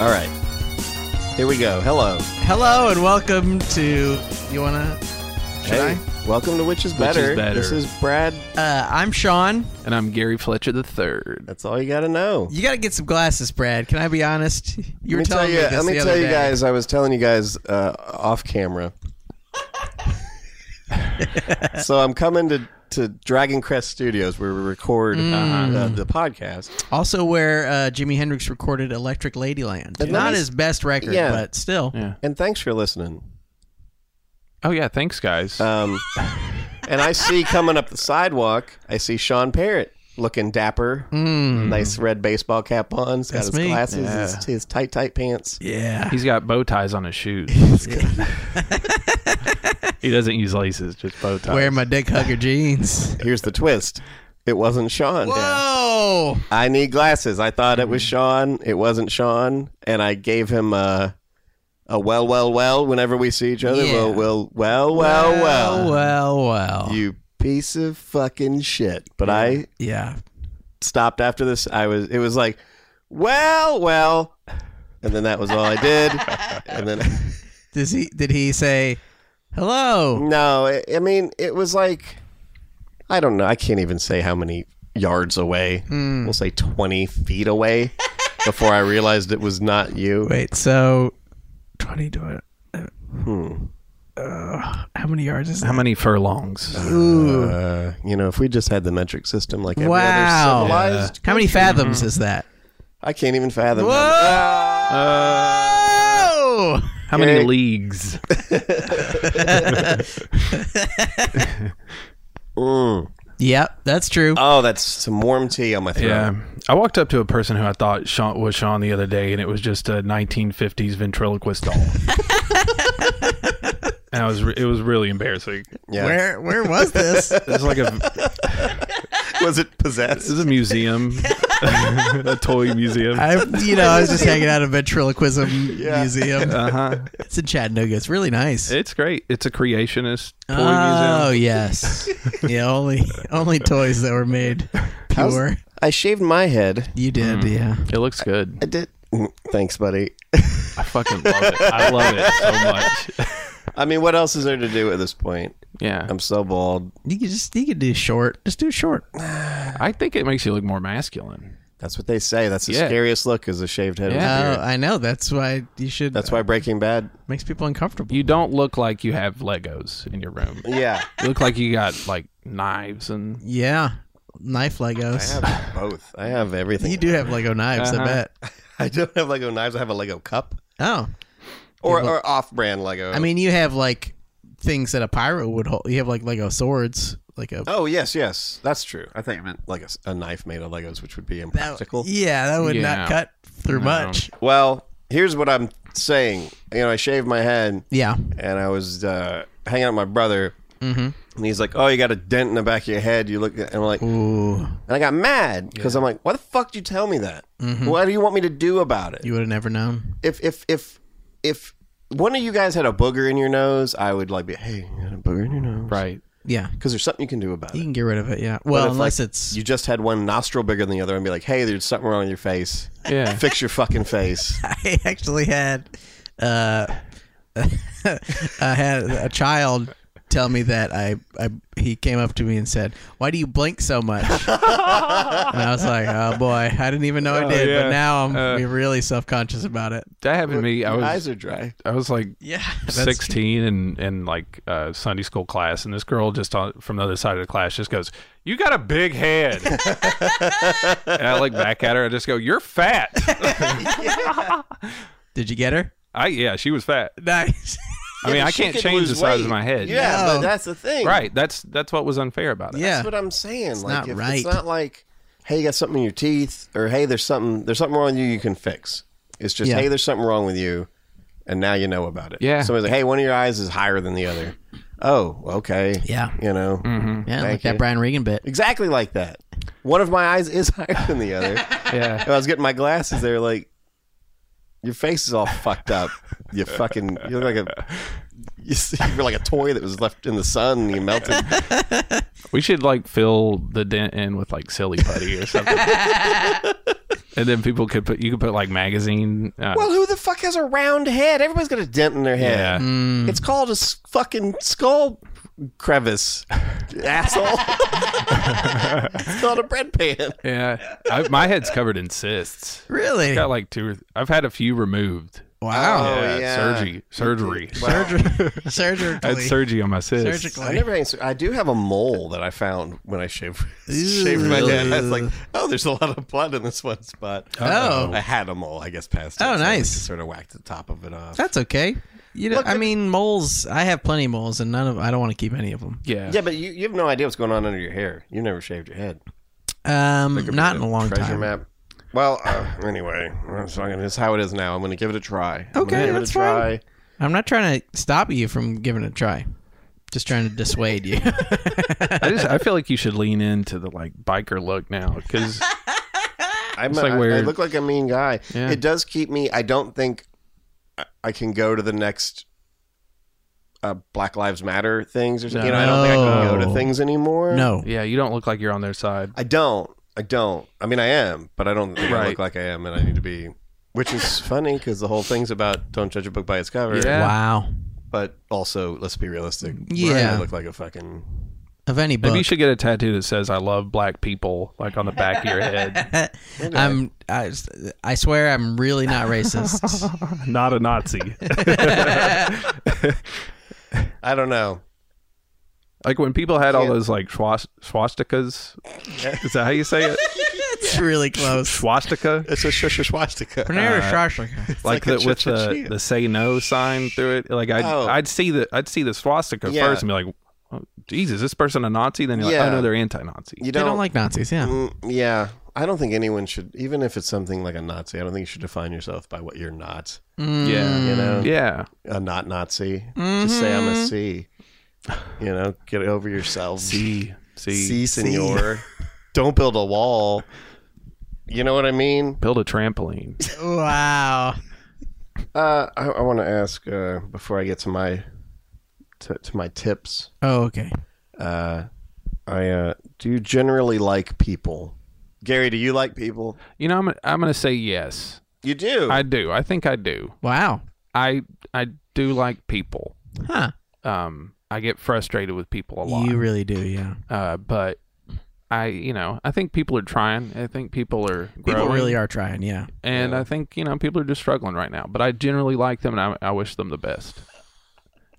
All right. Here we go. Hello. Hello and welcome to. You wanna? Should hey. I? Welcome to Which is Which is Better. Better. This is Brad. Uh, I'm Sean. And I'm Gary Fletcher the third. That's all you got to know. You gotta get some glasses, Brad. Can I be honest? You were let me telling tell you, me this let me the tell other you day. guys, I was telling you guys uh, off camera. so I'm coming to, to Dragon Crest Studios where we record Mm. Uh-huh. uh, the podcast. Also, where uh, Jimi Hendrix recorded "Electric Ladyland," And not that is- his best record, Yeah. but still. Yeah. And thanks for listening. Oh yeah, thanks guys. Um, and I see coming up the sidewalk, I see Sean Parrott looking dapper, nice red baseball cap on, he's got Mm. That's his me. glasses, his, his tight tight pants. Yeah. He's got bow ties on his shoes. he doesn't use laces, just bow ties. Wear my dick hugger jeans. Here's the twist: it wasn't Sean. Whoa! Mm-hmm. I need glasses. I thought it was Sean. It wasn't Sean, and I gave him a a well, well, well. Whenever we see each other, Yeah. well, well, well, well, Oh, well, well, Oh, well, well. You piece of fucking shit. But I yeah. stopped after this. I was it was like, well, well, and then that was all I did. and then Does he? Did he say hello? no, I I mean it was like I don't know. I can't even say how many yards away. Hmm. We'll say twenty feet away before I realized it was not you. Wait. So, twenty to it. Hmm. Uh, how many yards is How that? many furlongs? Uh, you know, if we just had the metric system like every other Wow. civilized, How many fathoms is Mm-hmm. that? I can't even fathom. Whoa! them. Uh, Oh! How many Okay. leagues? Mm. Yep, that's true. Oh, that's some warm tea on my throat. Yeah. I walked up to a person who I thought Sean was Sean the other day, and it was just a 1950s ventriloquist doll. and I was re- it was really embarrassing. Yeah. Where where was this? It was like a was it This possessed? is a museum, a toy museum. I, you know, I was just hanging out at a ventriloquism museum. Uh huh. Uh-huh. It's in Chattanooga. It's really nice. It's great. It's a creationist toy oh museum. yes, yeah. Only only toys that were made pure. I shaved my head. you did, Mm. yeah. It looks good. I did. Mm, Thanks, buddy. I fucking love it. I love it so much. I mean, what else is there to do at this point? Yeah. I'm so bald. You could just you could do short. Just do short. I think it makes you look more masculine. That's what they say. That's the Yeah. scariest look is a shaved head. Yeah. Yeah. Oh, I know. That's why you should. That's why Breaking Bad. makes people uncomfortable. You don't look like you have Legos in your room. Yeah, You look like you got like knives and yeah, knife I Legos. have both. I have everything. You do have Lego knives, I Uh-huh. bet. I don't have Lego knives. I have a Lego cup Oh, or, or off-brand Lego. I mean, you have like things that a pyro would hold. You have like Lego swords, like a Oh yes, yes, that's true. I think you meant like a, s- a knife made of Legos, which would be That- impractical. Yeah, that would Yeah. not cut through much. Well, here's what I'm saying. You know, I shaved my head Yeah. and I was uh, hanging out with my brother, and he's like, "Oh, you got a dent in the back of your head." You look, and I'm like, Ooh, and I got mad because I'm like, "Why the fuck did you tell me that? What do you want me to do about it? you would have never known. if if if if one of you guys had a booger in your nose, I would like be, hey, you got a booger in your nose, right. Yeah, Because there's something you can do about you it. can get rid of it. Yeah. Well, if, unless like, it's You just had one nostril bigger than the other, and be like, hey, there's something wrong with your face. Yeah. Fix your fucking face. I actually had uh, I had a child tell me that I, I he came up to me and said, "Why do you blink so much?" and I was like, "Oh boy, I didn't even know I Oh, did." But yeah. now I'm Uh, really self conscious about it. That happened to me. I Your was eyes are dry. I was like Yeah, 16 and and like uh, Sunday school class, and this girl just on, from the other side of the class just goes, "You got a big head," and I look back at her. I just go, "You're fat." Did you get her? I yeah, she was fat. Nice. I mean, but I she can't could change lose the size weight. of my head. Yeah, No. but that's the thing. right. That's that's what was unfair about it. yeah. That's what I'm saying. like, not if right. It's not like, hey, you got something in your teeth, or hey, there's something there's something wrong with you you can fix. It's just, Yeah. hey, there's something wrong with you, and now you know about it. Yeah. Somebody's like, hey, one of your eyes is higher than the other. Oh, okay. Yeah. You know, Yeah, Thank like that you. Brian Regan bit. exactly like that. One of my eyes is higher than the other. and Yeah. I was getting my glasses. They were like, your face is all fucked up. You fucking, you look like a. You see- you were like a toy that was left in the sun and you melted. We should like fill the dent in with like silly putty or something. and then people could put you could put like magazine. Uh, Well, who the fuck has a round head? Everybody's got a dent in their head. yeah, Hmm. It's called a s- fucking skull crevice, asshole. it's called a bread pan. yeah. I, my head's covered in cysts. Really? Got like uh, two. Or th- I've had a few removed. Wow. Oh, yeah. surgery, surgery. Surgery. I had Surgically. surgery on my cysts. I Surgically. never. had sur- I do have a mole that I found when I shaved Ew. shaved my head. I was like, oh, there's a lot of blood in this one spot. Uh-oh. I had a mole. I guess past. Oh, it, so I nice. just sort of whacked the top of it off. That's okay. You know, I mean, moles. I have plenty of moles, and none of I don't want to keep any of them. Yeah. yeah, but you, you have no idea what's going on under your hair. You never shaved your head. Um, not in a long treasure time. map. Well, uh, anyway, that's not gonna- it's how it is now. I'm going to give it a try. I'm gonna Okay, give that's it a try. fine. I'm not trying to stop you from giving it a try. Just trying to dissuade you. I just I feel like you should lean into the like biker look now because I'm like I- I weird. look like a mean guy. Yeah. It does keep me. I don't think I- I can go to the next uh, Black Lives Matter things or something. You know, I don't think I can go No. to things anymore. no. yeah, you don't look like you're on their side. I don't. I don't. I mean, I am, but I don't think I Right. look like I am, and I need to be. Which is funny because the whole thing's about don't judge a book by its cover. Yeah. Wow. But also, let's be realistic. Yeah. I look like a fucking. Of any Maybe you book, should get a tattoo that says "I love black people" like on the back of your head. I'm. I, I swear, I'm really not racist. Not a Nazi. I don't know. like when people had all Yeah. those like swast- swastikas. Is that how you say it? it's really close. Swastika. It's a shush swastika. Uh, like, like a the, with the, cha-cha-ching. the say no sign through it. Like I'd, Oh. I'd see the I'd see the swastika Yeah. first and be like, oh, Jesus, this person a Nazi? Then you're Yeah. like, oh no, they're anti-Nazi. You They don't, don't like Nazis. Yeah. Mm, yeah. I don't think anyone should, even if it's something like a Nazi, I don't think you should define yourself by what you're not. Yeah, You know? yeah. A not Nazi. Just say I'm Mm-hmm. a C. You know, get over yourself. See, see, C, senor. don't build a wall. You know what I mean? build a trampoline. Wow. Uh, I, I want to ask uh, before I get to my to, to my tips. Oh, okay. I uh, do you generally like people. Gary, do you like people? You know, I'm I'm gonna say yes. You do. I do. I think I do. Wow. I I do like people. Huh. Um, I get frustrated with people a lot. You really do. Yeah. uh, but I you know I think people are trying. I think people are People growing. really are trying. Yeah. and I think you know people are just struggling right now. But I generally like them, and I, I wish them the best. Hmm.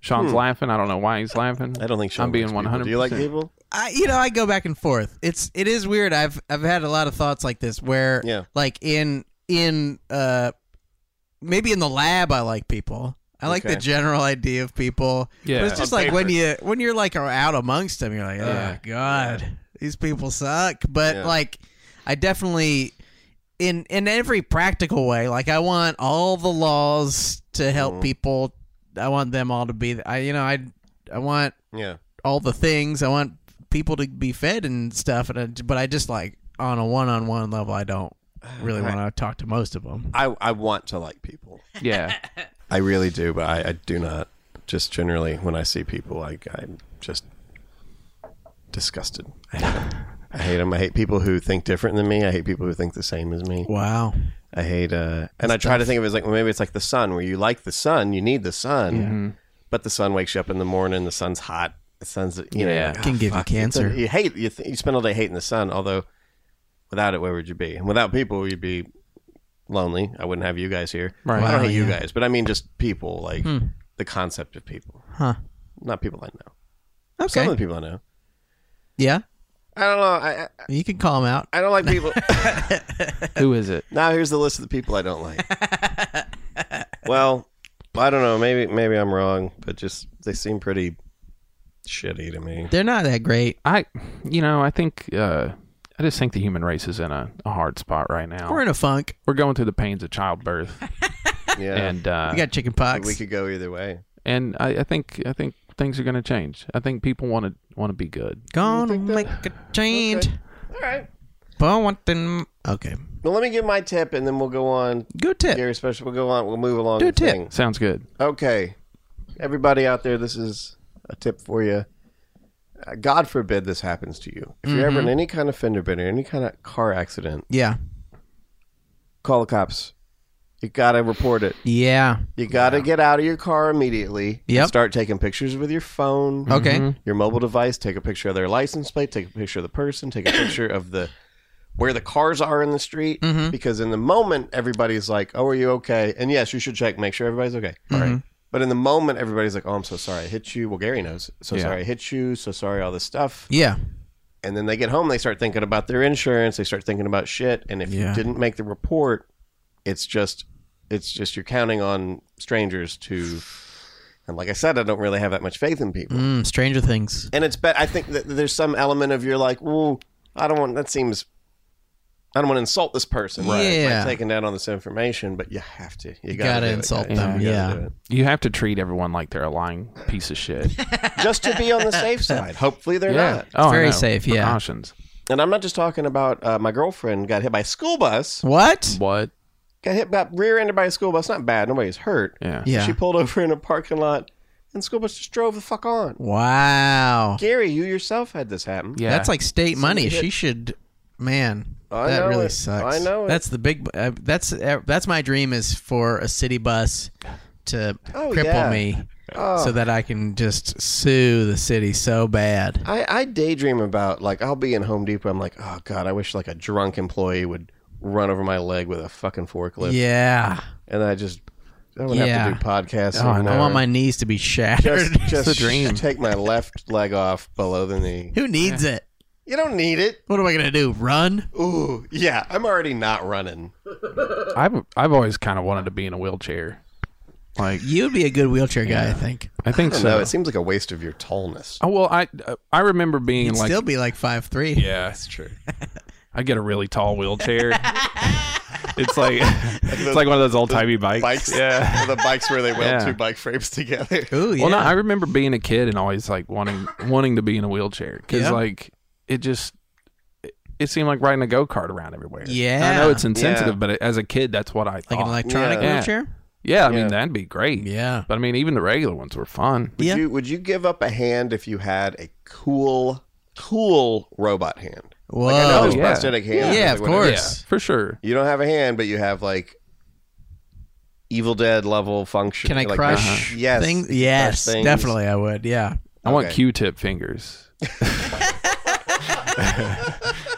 Sean's laughing. I don't know why he's laughing. I don't think Sean I'm being likes people. 100. Do you like people? I you know I go back and forth. It's it is weird. I've I've had a lot of thoughts like this where Yeah. like in in uh maybe in the lab I like people. I like Okay. the general idea of people. Yeah. But it's just On like when paper. you when you're like are out amongst them you're like, "Oh Yeah. god, these people suck." But Yeah. like I definitely in in every practical way, like I want all the laws to help Mm-hmm. people. I want them all to be I you know, I I want Yeah. all the things. I want people to be fed and stuff, and I, but I just like on a one-on-one level, I don't really want to talk to most of them. I, I want to like people. yeah, I really do, but I, I do not. Just generally, when I see people, I, I'm just disgusted. I hate 'em. I hate them. I hate people who think different than me. I hate people who think the same as me. Wow. I hate, uh, and I try to think of it as like, well, maybe it's like the sun, where you like the sun, you need the sun, but the sun wakes you up in the morning, the sun's hot, the sun's, you know, Yeah. like, Can give you fuck, it's a- cancer. you hate, you, th- you spend all day hating the sun, although without it, where would you be? And without people, you'd be lonely. I wouldn't have you guys here. I Right. don't Wow, Hmm. hate you guys, but I mean just people, like the concept of people, Huh. not people I know. Some Okay. of the people I know. Yeah. I don't know. I, I, You can call them out. I don't like people. who is it? Now here's the list of the people I don't like. well, I don't know. Maybe maybe I'm wrong, but just they seem pretty shitty to me. They're not that great. I, you know, I think uh, I just think the human race is in a, a hard spot right now. We're in a funk. We're going through the pains of childbirth, Yeah, and uh, We got chicken But pox. we could go either way. and I, I think I think things are going to change. I think people want to want to be good. Gonna make a change. All right. But want them. Okay. Well, let me give my tip, and then we'll go on. Good tip. Gary special. We'll go on. We'll move along. Do a with tip. things. Sounds good. Okay, everybody out there, this is a tip for you. Uh, God forbid Mm-hmm. this happens to you. If you're ever in any kind of fender bender, any kind of car accident, Yeah. call the cops. You gotta report it. Yeah. You gotta get out of your car immediately. Yep. Start taking pictures with your phone. Okay. Your mobile device. Take a picture of their license plate. Take a picture of the person. Take a picture of the where the cars are in the street. Mm-hmm. Because in the moment, everybody's like, "Oh, are you okay?" And yes, you should check, make sure everybody's okay. Mm-hmm. All right. But in the moment, everybody's like, "Oh, I'm so sorry I hit you." Well, Gary knows. So Yeah. sorry I hit you. So sorry all this stuff. Yeah. And then they get home, they start thinking about their insurance, they start thinking about shit. And if Yeah. you didn't make the report, it's just it's just you're counting on strangers to and like I said, I don't really have that much faith in people. Mm, Stranger Things. And it's bet I think that there's some element of you're like, Ooh, I don't want that seems I don't want to insult this person Yeah. by taking down all this information, but you have to. You, do gotta it, insult guys. them, You gotta yeah. do it. You have to treat everyone like they're a lying piece of shit. Just to be on the safe side. Hopefully they're yeah. not. Oh, I very know. safe, yeah. Precautions. And I'm not just talking about uh, my girlfriend got hit by a school bus. What? What? got hit by rear-ended by a school bus. Not bad. Nobody's hurt. Yeah. Yeah. She pulled over in a parking lot, and the school bus just drove the fuck on. Wow. Gary, you yourself had this happen. Yeah. That's like state money. hit- She should, man. I that know really it. sucks. I know it. That's the big. Uh, that's uh, that's my dream is for a city bus to Oh, cripple yeah. me, Oh. so that I can just sue the city so bad. I, I daydream about like I'll be in Home Depot. I'm like, oh god, I wish like a drunk employee would run over my leg with a fucking forklift. Yeah, And I just I would Yeah. have to do podcasts. Oh, I and know. I whatever. want my knees to be shattered. just just the dream. take my left leg off below the knee. Who needs it? You don't need it. What am I gonna do? Run? Ooh, yeah. I'm already not running. I've I've always kind of wanted to be in a wheelchair. Like You'd be a good wheelchair guy, I think. I I think don't so. know. It seems like a waste of your tallness. oh well, I I remember being You'd like still be like five three. yeah, that's true. I get a really tall wheelchair. it's like it's those- like one of those old timey bikes. bikes. Yeah. the bikes where they weld Yeah. two bike frames together. Ooh, yeah. Well, no, I remember being a kid and always like wanting wanting to be in a wheelchair because Yeah. like it just it, it seemed like riding a go kart around everywhere. And I Yeah. know it's insensitive, Yeah. but as a kid, that's what I thought. like an electronic Yeah. wheelchair. yeah, I mean Yeah. that'd be great. Yeah. but I mean even the regular ones were fun. Would Yeah. you would you give up a hand if you had a cool cool robot hand? Whoa. Like I know there's Oh, yeah. prosthetic hands. Yeah, like, of whatever. course. Yeah, for sure. You don't have a hand, but you have like Evil Dead level function. Can I like, Uh-huh. crush Yes. things? Yes, things. definitely I would. Yeah. I want Okay. Q-tip fingers.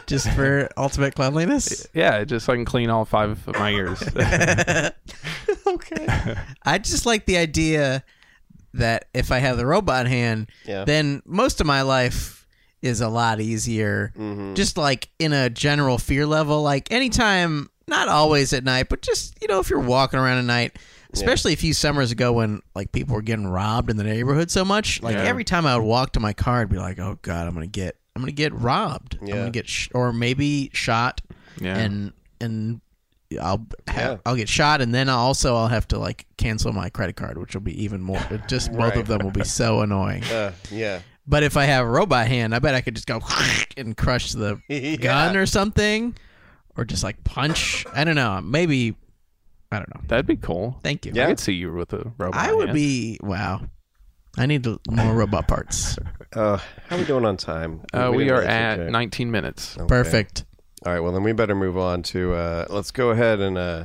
Just for ultimate cleanliness. Yeah, just so I can clean all five of my ears. okay. I just like the idea that if I have the robot hand, Yeah. then most of my life is a lot easier. Mm-hmm. Just like in a general fear level, like anytime, not always at night, but just, you know, if you're walking around at night, especially a few summers ago when like people were getting robbed in the neighborhood so much, like Yeah. every time I would walk to my car, I'd be like, oh God, I'm going to get, I'm going to get robbed. I'm Yeah. going to get, sh- or maybe shot yeah. and and I'll ha- Yeah. I'll get shot, and then I'll also I'll have to like cancel my credit card, which will be even more. it Just both Right. of them will be so annoying. Uh, yeah. But if I have a robot hand, I bet I could just go and crush the Yeah. gun or something, or just like punch. I don't know. Maybe I don't know. That'd be cool. Thank you. Yeah. I could see you with a robot. I would hand. be wow. I need more robot parts. Uh, how are we doing on time? Uh, we, didn't are really at check. 19 minutes. Okay. Perfect. All right. Well, then we better move on to. Uh, let's go ahead and uh,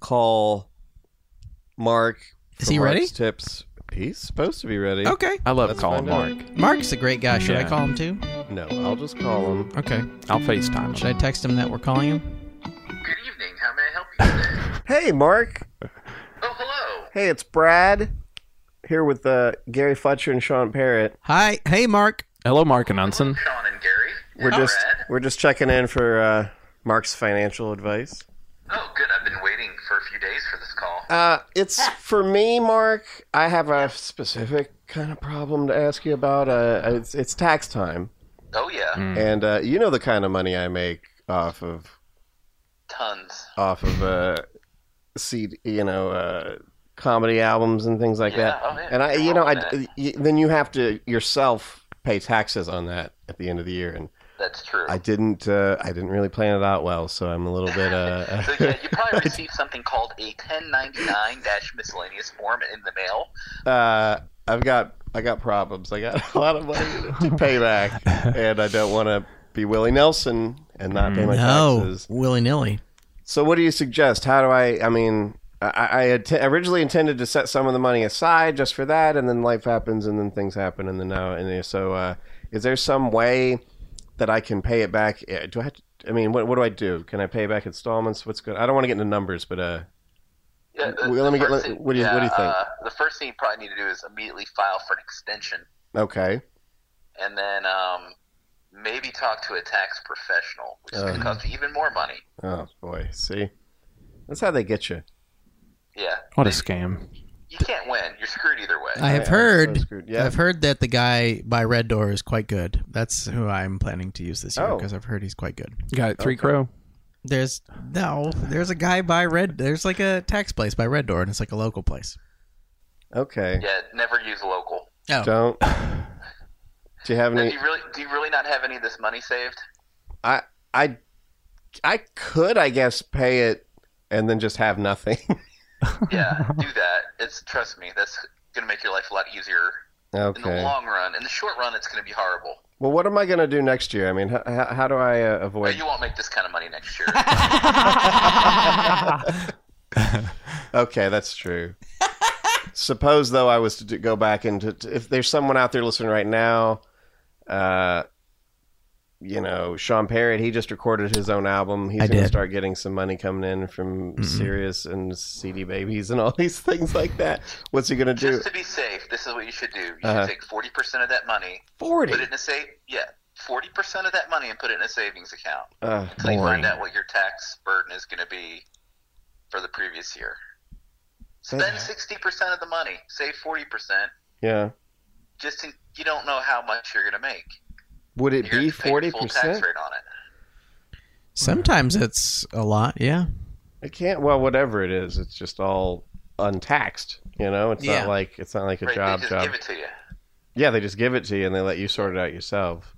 call Mark. Is for he ready? Mark's Tips. He's supposed to be ready. Okay. I love Let's calling Mark. find out. Mark's a great guy. Should I Yeah. call him too? No, I'll just call him. Okay. I'll FaceTime Should I him. text him that we're calling him? Good evening. How may I help you today? Hey, Mark. oh, hello. Hey, it's Brad here with uh, Gary Fletcher and Sean Parrott. Hi. Hey, Mark. Hello, Mark Anunson. Sean and Gary. We're All just right. we're just checking in for uh, Mark's financial advice. Oh, good. I've been waiting for a few days for this call. Uh, it's Ah. for me, Mark. I have a specific kind of problem to ask you about. Uh, it's, it's tax time, Oh, yeah. and uh, you know the kind of money I make off of Tons. off of uh, CD, you know, uh, comedy albums and things like that. oh, yeah. And I, You're you know, I, welcome to y- then you have to yourself pay taxes on that at the end of the year. And That's true. I didn't, uh, I didn't really plan it out well, so I'm a little bit. Uh, so, yeah, you probably received something called a 1099 miscellaneous form in the mail. uh, I've got, I got problems. I got a lot of money to pay back, and I don't want to be Willie Nelson and not pay my Mm, No, taxes. willy nilly. So, what do you suggest? How do I? I mean, I, I had t- originally intended to set some of the money aside just for that, and then life happens, and then things happen, and then now, and so, uh, is there some way that I can pay it back? Eh, Do I? Have to, I mean, what, what do I do? Can I pay back installments? What's good? I don't want to get into numbers, but uh, Yeah, the- Well, let the me get- first let- what do you- what do you think? Uh, the first thing you probably need to do is immediately file for an extension, okay, and then um, maybe talk to a tax professional, which is going Uh-huh. to cost you even more money. oh boy, see, that's how they get you. Yeah, What a They- scam. You can't win. You're screwed either way. I have so heard. screwed. Yeah. I've heard that the guy by Red Door is quite good. That's who I'm planning to use this year Oh. because I've heard he's quite good. You got it, three crow. There's no, there's a guy by Red. There's like a tax place by Red Door, and it's like a local place. Okay, yeah, never use local. Oh, don't. Do you have Now, any? do you really do you really not have any of this money saved? I I I could, I guess, pay it and then just have nothing. Yeah, do that. It's trust me, that's gonna make your life a lot easier in the okay. long run. In the short run, it's gonna be horrible. Well, what am I gonna do next year? I mean, how, how do I uh, But avoid? you won't make this kind of money next year. Okay, that's true. Suppose though I was to do, go back and to, to- if there's someone out there listening right now, uh, you know, Sean Parrott, he just recorded his own album. He's I gonna did. start getting some money coming in from Sirius and CD Babies and all these things like that. What's he gonna do? Just to be safe, this is what you should do. You Uh-huh. should take forty percent of that money, Forty. put it in a save. Yeah, forty percent of that money and put it in a savings account Uh, until you Boring. find out what your tax burden is gonna be for the previous year. Spend sixty percent of the money, save forty percent. yeah. Just in, you don't know how much you're gonna make. Would it You're gonna be have to pay your forty full tax percent? rate on it. sometimes it's a lot. Yeah, It can't. Well, whatever it is, it's just all untaxed. You know, it's Yeah. not like it's not like a Right, job they just job. give it to you. yeah, they just give it to you and they let you sort it out yourself.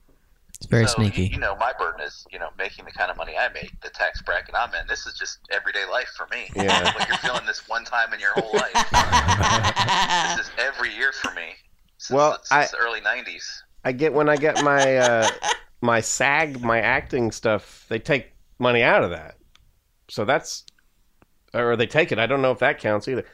it's very so, You, sneaky. you know, my burden is, you know, making the kind of money I make, the tax bracket I'm in. This is just everyday life for me. Yeah. What you're feeling this one time in your whole life. this is every year for me. Since Well, the, since I- the early '90s. I get when I get my uh, my SAG, my acting stuff. They take money out of that, so that's or they take it. I don't know if that counts either.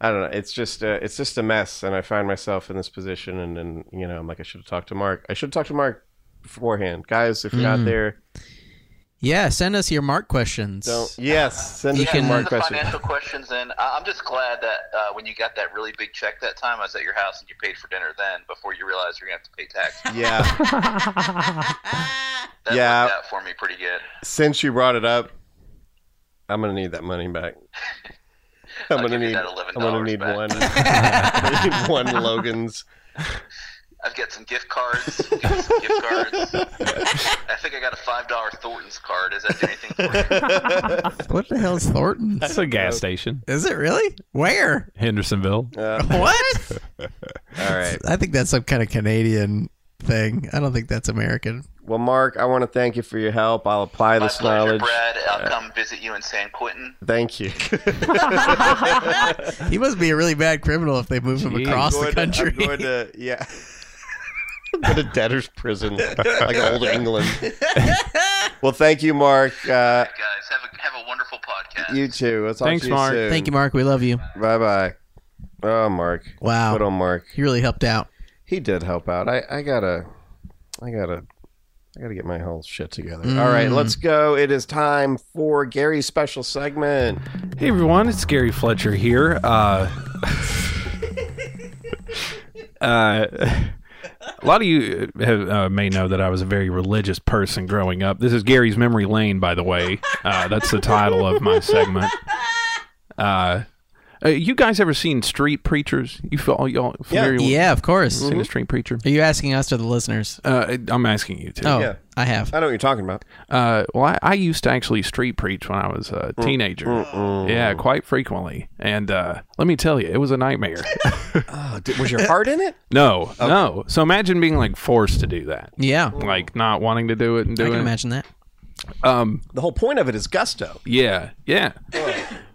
I don't know. It's just uh, it's just a mess, and I find myself in this position. And then you know, I'm like, I should have talked to Mark. I should have talked to Mark beforehand, guys. If you're Hmm. out there. Yeah, send us your mark questions. Don't. Yes, send You us can- some more the questions. financial questions, and I- I'm just glad that uh, when you got that really big check that time, I was at your house and you paid for dinner then before you realized you're gonna have to pay tax. Yeah, That Yeah. worked out for me pretty good. since you brought it up, I'm gonna need that money back. I'm I'll gonna give you need. that I'm $11 gonna need back. one. I need one Logan's. I've got some gift cards. got some gift cards. I think I got a five dollar Thornton's card. Does that do anything for you? What the hell's Thornton's? That's a gas station. Is it really? Where? Hendersonville. Uh, What? all right. I think that's some kind of Canadian thing. I don't think that's American. Well, Mark, I want to thank you for your help. I'll apply My this pleasure, knowledge. Brad. I'll come visit you in San Quentin. Thank you. He must be a really bad criminal if they move him Jeez. across I'm the going to- country. I'm going to yeah. I'm going to debtor's prison, like old England. well, thank you, Mark. Uh, Guys, have a have a wonderful podcast. you too. I'll talk Thanks, to you Mark. soon. Thank you, Mark. We love you. Bye bye. Oh, Mark. Wow. Good old Mark. He really helped out. He did help out. I, I gotta, I gotta, I gotta get my whole shit together. All Mm. right, let's go. It is time for Gary's special segment. Hey everyone, it's Gary Fletcher here. Uh, uh, a lot of you have, uh, may know that I was a very religious person growing up. This is Gary's memory lane, by the way. Uh, that's the title of my segment. Uh, uh, you guys ever seen Street Preachers? You f- all y'all familiar with Yeah, of course. Mm-hmm. seen a Street Preacher? Are you asking us or the listeners? Uh, I'm asking you to. Oh, Yeah. I have. I know what you're talking about. Uh, well, I, I used to actually street preach when I was a teenager. Yeah, quite frequently. And uh, let me tell you, it was a nightmare. Oh, did, was your heart in it? no, no. So imagine being like forced to do that, Yeah, like not wanting to do it and I doing can it. imagine that. The whole point of it is gusto. Yeah, yeah.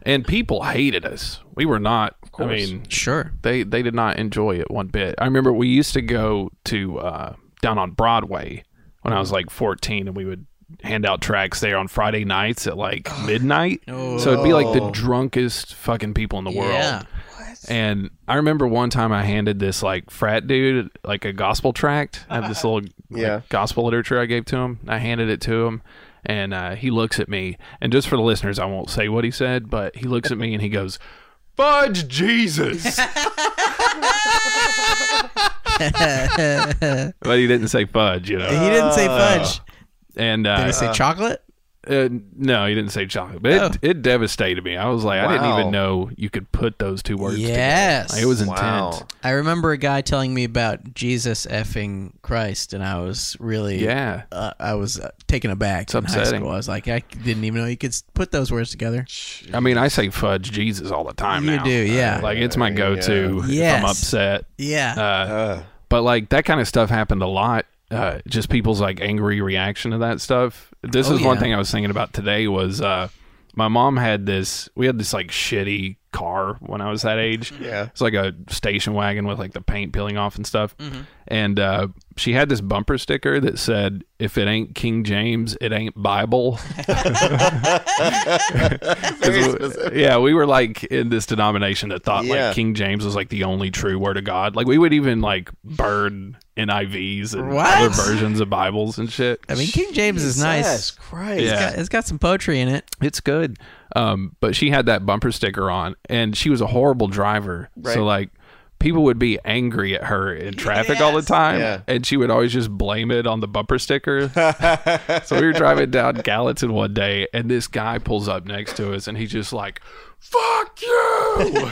and people hated us. We were not. I mean, Sure. they they did not enjoy it one bit. I remember we used to go to uh, down on Broadway when I was like 14, and we would hand out tracks there on Friday nights at like midnight. So it'd be like the drunkest fucking people in the Yeah. world. And I remember one time I handed this like frat dude like a gospel tract. I have this little like, Yeah. gospel literature I gave to him. I handed it to him, and uh, he looks at me. And just for the listeners, I won't say what he said, but he looks at me and he goes, "Fudge Jesus." but he didn't say fudge, you know. he didn't say Uh, fudge. And uh, Did he say chocolate? uh, no, he didn't say chocolate. But it, Oh. it devastated me. I was like, I didn't Wow. even know you could put those two words together. Yes. Like, it was intense. Wow. I remember a guy telling me about Jesus effing Christ, and I was really Yeah. Uh, I was uh, taken aback in high upsetting. school. I was like, I didn't even know you could s- put those words together. I mean, I say fudge Jesus all the time You now. Uh, do, yeah. Like, it's my go to if Yes. I'm upset. Uh, Yeah. uh, But, like, that kind of stuff happened a lot. Uh, just people's, like, angry reaction to that stuff. This Oh, is one yeah. thing I was thinking about today was uh, my mom had this, we had this, like, shitty car when I was that age. Yeah. It's like a station wagon with like the paint peeling off and stuff. And uh, she had this bumper sticker that said, "If it ain't King James, it ain't Bible." 'Cause we- yeah, we were like in this denomination that thought Yeah. like King James was like the only true word of God. Like we would even like burn NIVs and What? other versions of Bibles and shit. I mean, King James is Jesus nice. Christ. Yeah. It's got- it's got some poetry in it. It's good. Um, but she had that bumper sticker on, and she was a horrible driver. Right. So like, people would be angry at her in traffic all the time, Yeah. and she would always just blame it on the bumper sticker. so we were driving down Gallatin one day, and this guy pulls up next to us, and he's just like, "Fuck you!"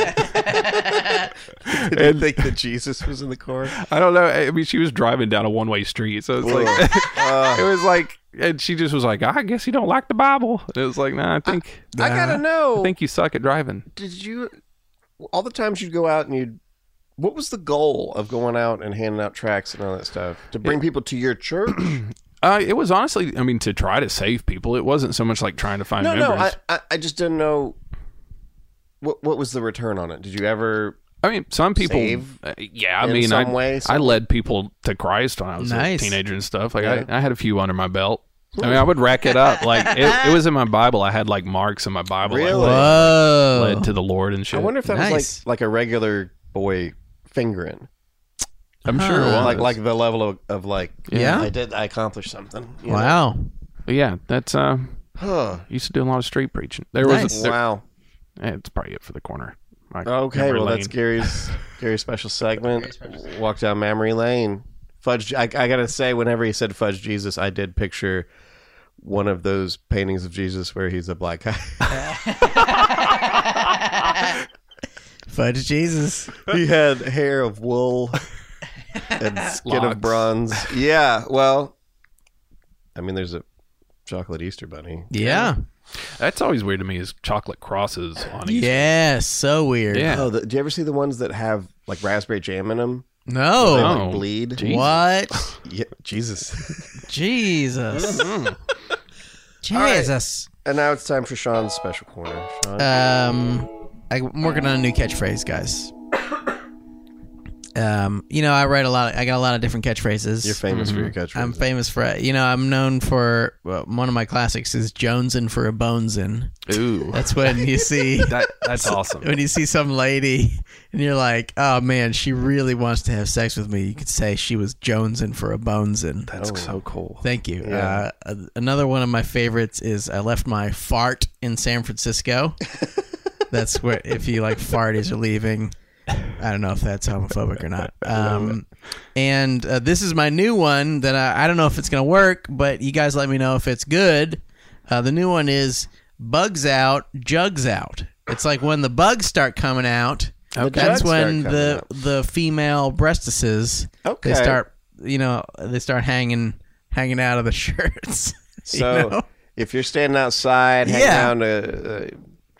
Did you think that Jesus was in the car? I don't know. I mean, she was driving down a one-way street, so it's like Uh, it was like, and she just was like, "I guess you don't like the Bible." And it was like, "Nah, I think." I gotta know. I think you suck at driving. did you all the times you'd go out and you'd what was the goal of going out and handing out tracts and all that stuff to bring people to your church Uh, it was honestly, I mean, to try to save people. It wasn't so much like trying to find no members. no I, I i just didn't know what what was the return on it did you ever I mean, some people, Save uh, yeah. I in mean, some I, way, I some- led people to Christ when I was Nice. a teenager and stuff. Like, Yeah. I, I had a few under my belt. I mean, I would rack it up. Like, it, it was in my Bible. I had like marks in my Bible. like, Really? led- Whoa. led to the Lord and shit. i wonder if that Nice. was like like a regular boy fingering I'm sure it was. like like the level of, of like Yeah. i did i accomplished something you know? wow. But yeah, that's uh, Huh. used to do a lot of street preaching. There Nice. was, there, wow eh, it's probably it for the corner. Like, okay memory well that's lane. gary's gary's special segment walk down memory lane fudge I, I gotta say whenever he said fudge jesus i did picture one of those paintings of jesus where he's a black guy Fudge Jesus. he had hair of wool and skin Locks. of bronze yeah well i mean there's a chocolate easter bunny Yeah. That's always weird to me is chocolate crosses on Easter. Yeah. So weird. Yeah. oh the, do you ever see the ones that have like raspberry jam in them they No. Oh, like bleed Jesus. What? yeah, jesus Jesus. Mm-hmm. Jesus. and now it's time for sean's special corner sean Uh, Um, I, I'm working on a new catchphrase, guys. Um, you know, I write a lot. Of, I got a lot of different catchphrases. you're famous for mm-hmm. your catchphrase I'm famous for. You know, I'm known for well, one of my classics is Jonesin for a Bonesin. Ooh, That's when you see that, that's awesome. when you see some lady and you're like, oh man, she really wants to have sex with me. You could say she was Jonesin for a Bonesin. Oh. That's so cool. Thank you. Uh, a- another one of my favorites is I left my fart in San Francisco. that's where if you like fart as you're leaving. I don't know if that's homophobic or not. Um, and uh, this is my new one that I, I don't know if it's gonna work, but you guys let me know if it's good. Uh, the new one is bugs out, jugs out. It's like when the bugs start coming out. That's jugs when start the coming the female breastices Okay. they start you know they start hanging hanging out of the shirts. you So know? if you're standing outside, hanging Yeah. down a, a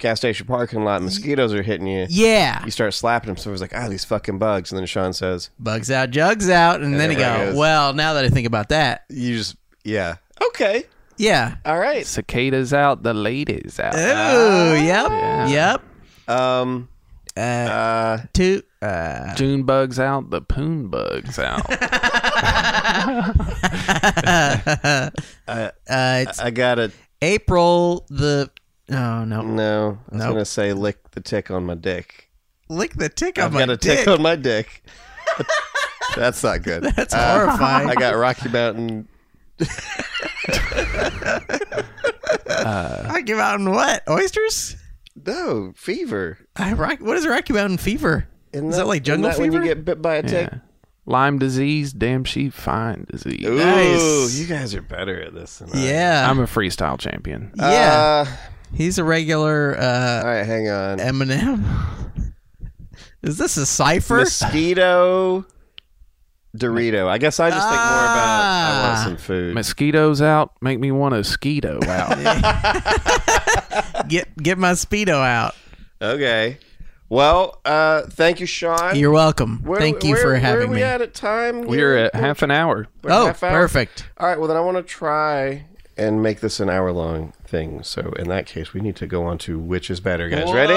gas station parking lot, mosquitoes are hitting you. yeah, You start slapping them. So it's like, ah, these fucking bugs. And then Sean says, bugs out, jugs out, and, then you there it go. goes. Well, now that I think about that, you just, yeah. Okay. yeah. All right. Ah, Cicadas out, the ladies out. Oh, yep, yep. Um, Uh, Two. Uh, June bugs out, the poon bugs out. uh, it's I got to April the. Oh no! No, I was Nope. gonna say lick the tick on my dick. Lick the tick I've on my got a dick. tick on my dick. That's not good. That's horrifying. I got Rocky Mountain. Rocky Mountain what? Oysters? No fever. I rock. What is Rocky Mountain fever? Isn't Is that like isn't jungle that fever? When you get bit by a tick. Yeah. Lyme disease, damn sheep fine disease. Ooh, Nice. you guys are better at this. Than I am. yeah, I'm a freestyle champion. yeah. Uh, He's a regular uh, all right, hang on. Eminem. Is this a cipher? Mosquito, Dorito. I guess I just think more about. I want Ah. some food. Mosquitoes out make me want a skeeto out. Get get my speedo out. okay. Well, uh, thank you, Sean. You're welcome. Where- Thank you where- for where having are we me. at at time? here? We're at half an hour. We're oh, half hour? perfect. All right. Well, then I want to try and make this an hour long thing. So in that case, we need to go on to which is better, guys. Ready?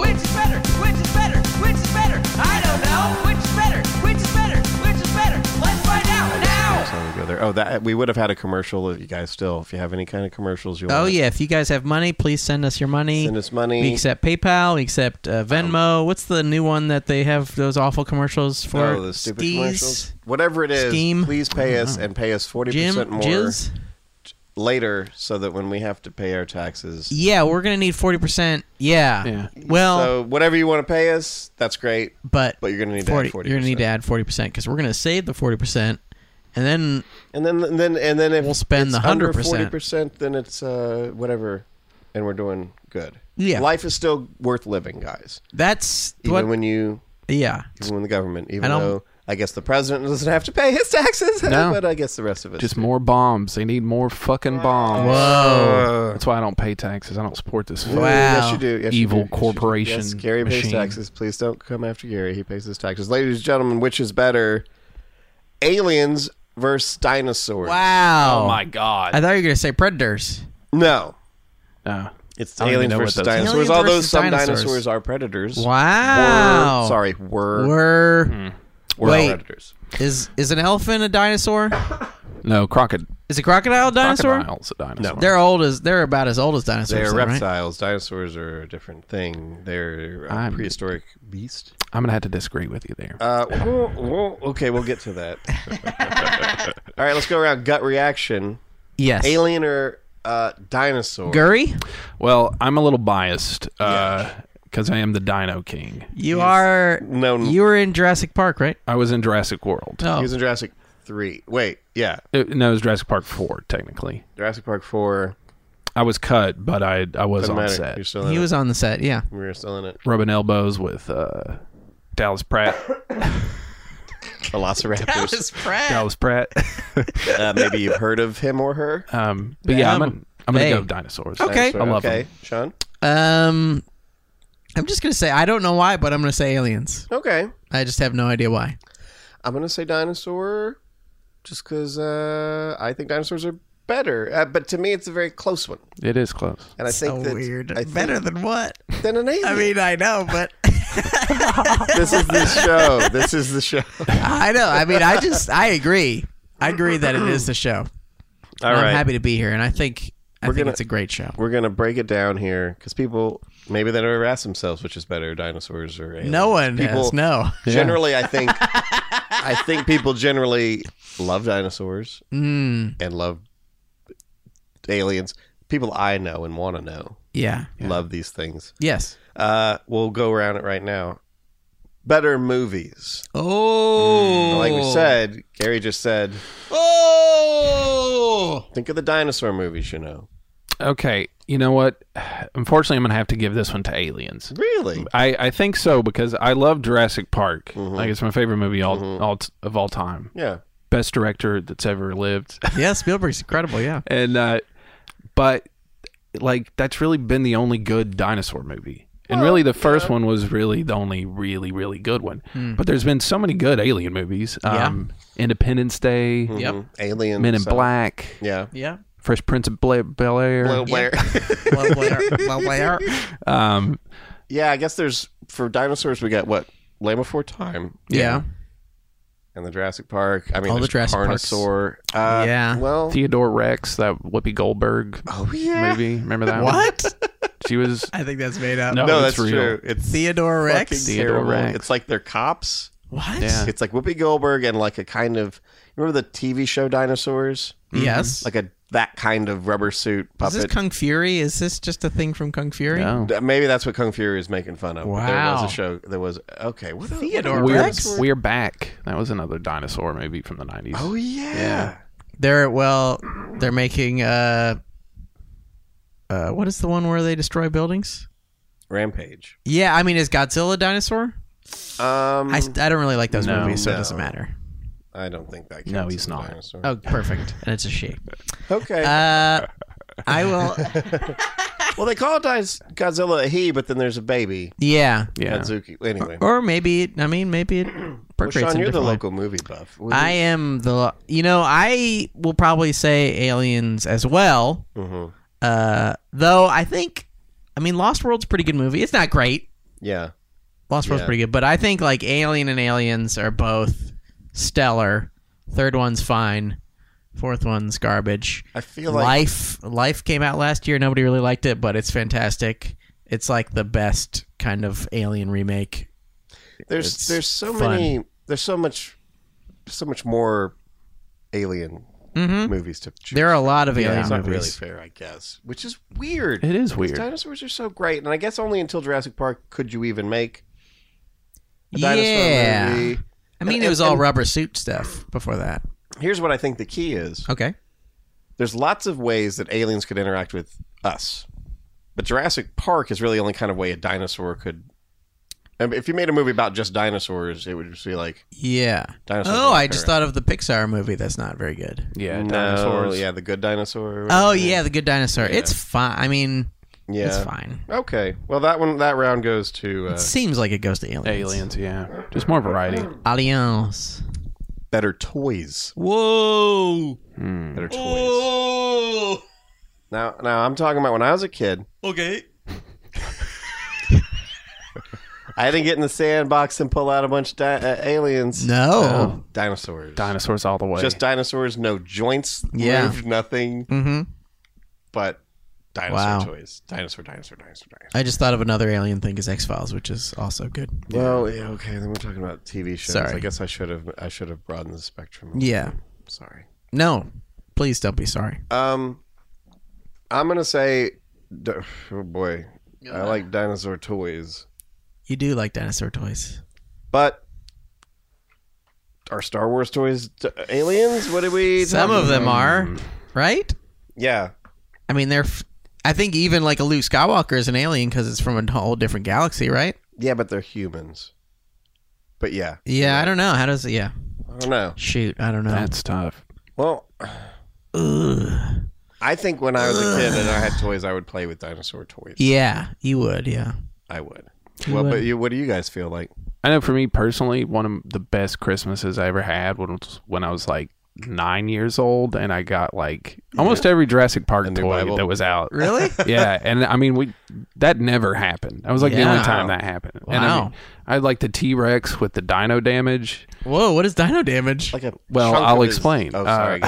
Which is better? Which is better? Which is better? I don't know. Which is better? Which is better? Which is better? Let's find out now. So we go there. Oh, that we would have had a commercial. If you guys still, if you have any kind of commercials, you Oh want yeah. If you guys have money, please send us your money. send us we money. Um, accept PayPal. We accept uh, Venmo. What's the new one that they have those awful commercials for? Oh, the stupid Skis, commercials. Whatever it is, Scheme. please pay us and pay us forty Jim, percent more jizz. later, so that when we have to pay our taxes. Yeah, we're gonna need forty percent. Yeah. Yeah. Well, so whatever you want to pay us, that's great. but But you're gonna need to add 40, 40%. you're gonna need to add forty percent because we're gonna save the forty percent, and then And then, and then, and then if We'll spend the 100%. forty percent, then it's uh, whatever, and we're doing good. Yeah. life is still worth living, guys. that's Even what. when you, yeah. even when the government, even I don't- though I guess the president doesn't have to pay his taxes, No. but I guess the rest of us Just do. more bombs. They need more fucking bombs. Whoa. That's why I don't pay taxes. I don't support this. Ooh, Oh. Wow. Yes, you do. Yes, you Evil do. Yes, you do. corporation Yes, Gary pays machine. taxes. Please don't come after Gary. He pays his taxes. Ladies and gentlemen, which is better, aliens versus dinosaurs? Wow. Oh my god. I thought you were gonna say predators. No, Uh, it's I don't even aliens know what versus those are. dinosaurs. Aliens although versus some dinosaurs. dinosaurs are predators. Wow. Were, sorry, were were, We're wait. predators. is is an elephant a dinosaur? no, crocod- Is a crocodile a dinosaur? crocodile's a dinosaur. No. They're old as they're about as old as dinosaurs. They're then, right? reptiles. Dinosaurs are a different thing. They're a I'm- prehistoric beast. I'm going to have to disagree with you there. Uh, whoa, whoa. okay, we'll get to that. All right, let's go around gut reaction. Yes. Alien or uh, dinosaur? Gurry, well, I'm a little biased because I am the Dino King. you are No, n- you were in Jurassic Park, right? I was in Jurassic World. Oh. He was in Jurassic Three. Wait, yeah, Uh, no, it was Jurassic Park 4, technically. Jurassic Park Four. I was cut, but I, I was Doesn't on matter. set. You're still in He it. was on the set, yeah. We We're still in it. rubbing elbows with uh, Dallas Pratt. Velociraptors. Dallas Pratt. uh, maybe you've heard of him or her. Um, but yeah, I'm, Um, i I'm gonna hey. go dinosaurs. Okay. Dinosaur. I love okay. him. Sean. Um, I'm just gonna say I don't know why, but I'm gonna say aliens. Okay. I just have no idea why. I'm gonna say dinosaur, just because uh, I think dinosaurs are better. Uh, but to me, it's a very close one, It is close. and I think that I think Better than what? than an alien. I mean, I know, but this is the show. This is the show. I know. I mean, I just I agree. I agree that it is the show. All I'm right. happy to be here, and I think I think gonna- it's a great show. We're gonna break it down here because people maybe they never ask themselves which is better, dinosaurs or aliens. No one people, has no. Generally, I think I think people generally love dinosaurs Hmm. and love aliens. People I know and want to know Yeah. love these things. Yes. Uh, we'll go around it right now. Better movies, Oh. like we said. Gary just said, Oh. think of the dinosaur movies. You know, Okay, you know what? Unfortunately, I'm gonna have to give this one to aliens. really. I, I think so because I love Jurassic Park. Mm-hmm. Like it's my favorite movie all, all t- of all time. Yeah, Best director that's ever lived. Yeah, Spielberg's incredible. Yeah. and uh, but like that's really been the only good dinosaur movie. And really, the first one was really the only really really good one. But there's been so many good alien movies. Hmm. Yeah. Um, Independence Day, Hmm. Mm-hmm. Yep. aliens, Men in Mm, so- Black, Yeah, Yeah. Fresh Prince of Bel Air. Blair. Well, Blair. Well, Blair. Um, yeah, I guess there's for dinosaurs we got what Land Before Time Yeah. and the Jurassic Park. I mean, All the there's Jurassic Parks. Carnosaur. Uh, Yeah. Well, oh, Theodore Rex, that Whoopi Goldberg movie. Remember that one? Oh. What? She was I think that's made up. No. no, Oh, it's that's real. true. It's Theodore fucking Rex. Theodore terrible. Rex. It's like they're cops. what? Yeah. It's like Whoopi Goldberg and like a kind of remember the TV show Dinosaurs, Yes. Mm-hmm. like a that kind of rubber suit is this puppet. Kung Fury? Is this just a thing from Kung Fury? no. Th- Maybe that's what Kung Fury is making fun of. but There was Wow. a show. There was okay. What Theodore what- We're, Rex? We're back. That was another dinosaur movie from the nineties. Oh yeah. They're well, they're making uh, uh, what is the one where they destroy buildings? Rampage. Yeah, I mean, is Godzilla a dinosaur? Um, I, I, I don't really like those No. movies, so it No. doesn't matter. don't think that. Counts No, he's as a not. dinosaur. Oh, perfect, and it's a she. Okay. Uh, I will. well, they call Dice Godzilla a he, but then there's a baby. Yeah, yeah. Katsuki. Anyway, or maybe I mean maybe it well, percolates Sean, in a you're the different way. local movie buff. Would I am the lo- you know I will probably say aliens as well. you- Mhm. Uh, though I think I mean Lost World's a pretty good movie. It's not great. Yeah. Lost World's Yeah. pretty good, but I think like Alien and Aliens are both stellar. Third one's fine. Fourth one's garbage. I feel like Life Life came out last year. Nobody really liked it, but it's fantastic. It's like the best kind of Alien remake. there's It's there's so fun. many there's so much so much more alien Mm-hmm. movies to choose. There are a lot of Yeah, Alien it's not really movies. fair, I guess. Which is weird. It is 'Cause weird. Dinosaurs are so great, and I guess only until Jurassic Park could you even make a dinosaur yeah, movie. I mean And- it was and- all and rubber suit stuff before that. Here's what I think the key is: Okay. there's lots of ways that aliens could interact with us, but Jurassic Park is really the only kind of way a dinosaur could. and If you made a movie about just dinosaurs, it would just be like Yeah. Dinosaurs Oh, walk I just around. thought of the Pixar movie. That's not very good. Yeah, no, dinosaurs. yeah, the good dinosaur. Oh yeah, the Good Dinosaur. It's fine. I mean, yeah, it's fine. Okay, well that one that round goes to uh, Seems like it goes to aliens. Aliens, yeah. Just more variety. Aliens. better toys. Whoa. Better toys. Oh. Now, now I'm talking about when I was a kid. Okay. I had to get in the sandbox and pull out a bunch of di- uh, aliens. Oh. No. Dinosaurs. Dinosaurs all the way. Just dinosaurs, no joints, Yeah. moved, nothing hmm but dinosaur Wow. toys. Dinosaur, dinosaur, dinosaur, dinosaur. I just thought of another alien thing as X Files, which is also good. Well, yeah, okay. Then we're talking about TV shows. Sorry. I guess I should have I should have broadened the spectrum. Yeah. Sorry. No. Please don't be sorry. Um, I'm gonna say, d- oh boy, I like dinosaur toys, You do like dinosaur toys. but are Star Wars toys d- aliens? What did we? Some talk of them about? are, right? Yeah. I mean, they're. F- I think even like a Luke Skywalker is an alien because it's from a whole different galaxy, right? Yeah, but they're humans. But yeah, Yeah, I don't know. How does it? Yeah. I don't know. Shoot, I don't uh, know. That's tough. Well, I think when I was a kid and I had toys, I would play with dinosaur toys. yeah, you would. Yeah. I would. Well, but you, what do you guys feel like? I know for me personally, one of the best Christmases I ever had was when I was like nine years old and I got like almost every Jurassic Park A new toy Bible. that was out. Really? yeah, and I mean, we that never happened. That was like the Yeah. only time that happened. And I, Wow. mean, I had like the T Rex with the dino damage. Whoa! What is dino damage? Like a Well, chunk I'll of his- explain. Oh, sorry.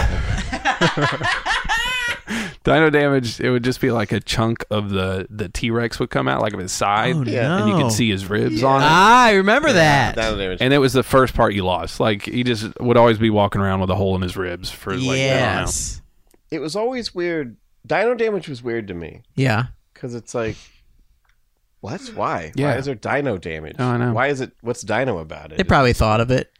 Dino damage. It would just be like a chunk of the the T Rex would come out, like of his side, Oh, Yeah. and you no. could see his ribs on it. Ah, I remember that. Dino damage. And it was the first part you lost. Like he just would always be walking around with a hole in his ribs for like I don't know. yes. it was always weird. Dino damage was weird to me Yeah. because it's like, what? Why? Why Yeah. is there dino damage? Oh, I know. Why is it? What's dino about it? They probably thought of it.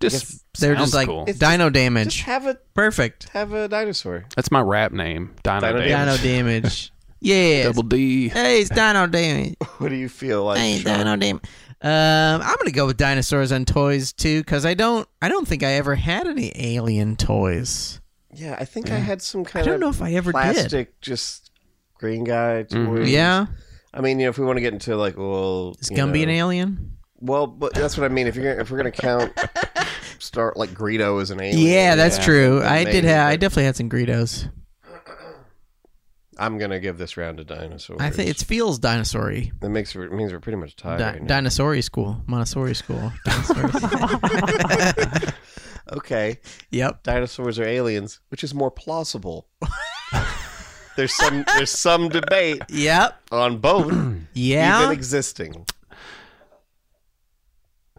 Just They're sounds just like cool. dino damage. just have a Perfect. have a dinosaur. that's my rap name, Dino, Dino damage. Dino damage. Yeah. Double D. Hey, it's dino damage. What do you feel like? Hey, Sean? dino damage. Um, I'm gonna go with dinosaurs and toys too, cause I don't, I don't think I ever had any alien toys. Yeah, I think I had some kind don't of know if I ever did. Mm-hmm. plastic just green guy toy. Yeah, I mean, you know, if we want to get into like, well, is you Gumby an know- alien? Well, but that's what I mean. If you're gonna, if we're gonna count, start like Greedo as an alien. Yeah, that's true. I did Maybe, have, I but- definitely had some Greedos. I'm gonna give this round to dinosaurs. I think it feels dinosaur-y. that makes it means we're pretty much tied. Di- right now. dinosaur-y school. Montessori school. okay, yep. dinosaurs are aliens, which is more plausible. there's some there's some debate Yep. on both even Yeah. existing,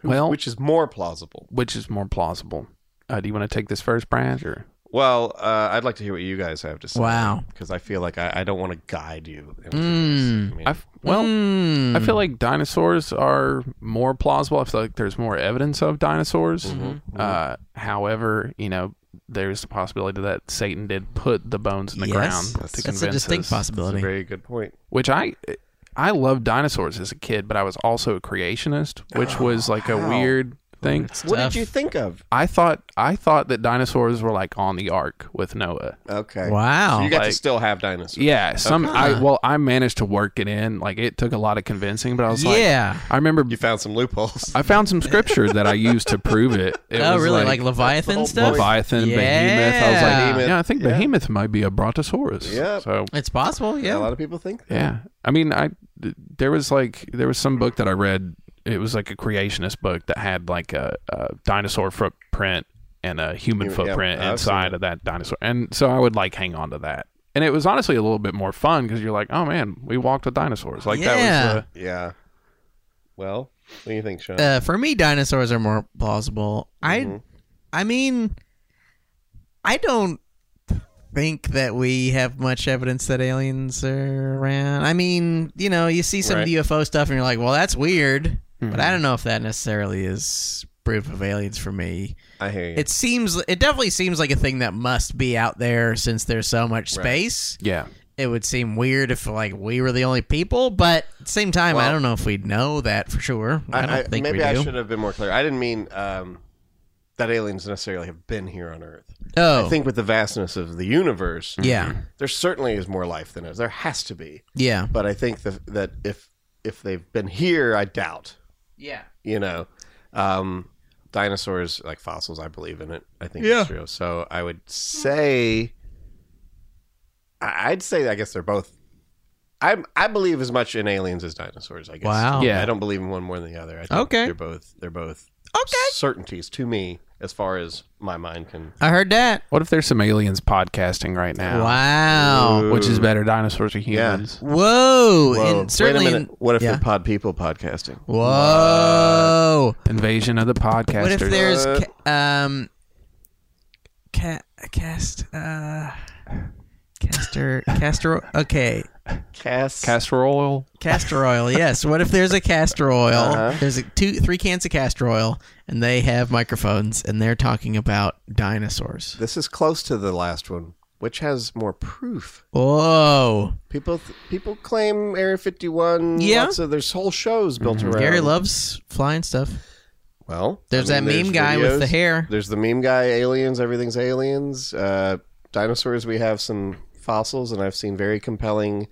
Oh. Well, which is more plausible. which is more plausible? Uh, do you want to take this first, Brian? Or Well, uh, I'd like to hear what you guys have to say. Wow. Because I feel like I, I don't want to guide you. into Mm. this. I mean, I f- well, Mm. I feel like dinosaurs are more plausible. I feel like there's more evidence of dinosaurs. Mm-hmm. Uh, however, you know, there's the possibility that Satan did put the bones in the Yes. ground to That's, convince a distinct us. that's a possibility. very good point. Which I, I loved dinosaurs as a kid, but I was also a creationist, which was like a wow. weird thing. What Tough. did you think of? I thought I thought that dinosaurs were like on the ark with Noah. Okay. Wow. So you got to Like- still have dinosaurs. Yeah, some I well I managed to work it in. Like it took a lot of convincing, but I was like, yeah. I remember You found some loopholes. I found some scripture that I used to prove it. It oh, was really? like Like, Leviathan that's the stuff? whole Leviathan, Behemoth. I was Yeah. like, Behemoth. yeah, I think Yeah. Behemoth might be a Brontosaurus. Yep. So It's possible, A yeah. lot of people think. yeah, I mean, I there was like there was some book that I read. It was like a creationist book that had like a, a dinosaur footprint and a human Yeah, footprint I've seen inside of that dinosaur, and so I would like hang on to that. And it was honestly a little bit more fun because you're like, oh man, we walked with dinosaurs. Like Yeah. that was uh, Yeah. Well, what do you think, Sean? Uh, for me, dinosaurs are more plausible. Mhm. I, I mean, I don't think that we have much evidence that aliens are around. I mean, you know, you see some of the UFO stuff and you're like, well, that's weird, Mm-hmm. but I don't know if that necessarily is proof of aliens for me. I hear you. It seems, it definitely seems like a thing that must be out there since there's so much space. the yeah. It would seem weird if like we were the only people, but at the same time, I Well- don't know if we know that for sure. I, don't think maybe we do. I should have been more clear. I didn't mean um, that aliens necessarily have been here on Earth. Oh, I think with the vastness of the universe, yeah, there certainly is more life than us. There has to be. yeah, But I think the, that if if they've been here, I doubt. yeah. you know um dinosaurs like fossils i believe in it i think Yeah. it's true so i would say I- i'd say i guess they're both i i believe as much in aliens as dinosaurs i guess Wow. Yeah. i don't believe in one more than the other I think Okay. they're both they're both Okay. certainties to me as far as my mind can I heard that. What if there's some aliens podcasting right now? Wow. Oh, Which is better, dinosaurs or Yeah. humans? Whoa. Whoa. And certainly. wait a minute what if yeah. they're pod people podcasting Whoa. Invasion of the podcasters. What if there's Uh, ca- um ca- cast uh castor castor okay cast castor oil? castor oil yes what if there's a castor oil Uh-huh. there's a, two three cans of castor oil and they have microphones and they're talking about dinosaurs this is close to the last one which has more proof whoa People th- people claim Area 51. Yeah. Lots of, there's whole shows built around. Gary loves flying stuff Well, There's I mean, that meme guy with the hair. There's the meme guy. Aliens. Everything's aliens. Uh, dinosaurs. We have some fossils, and I've seen very compelling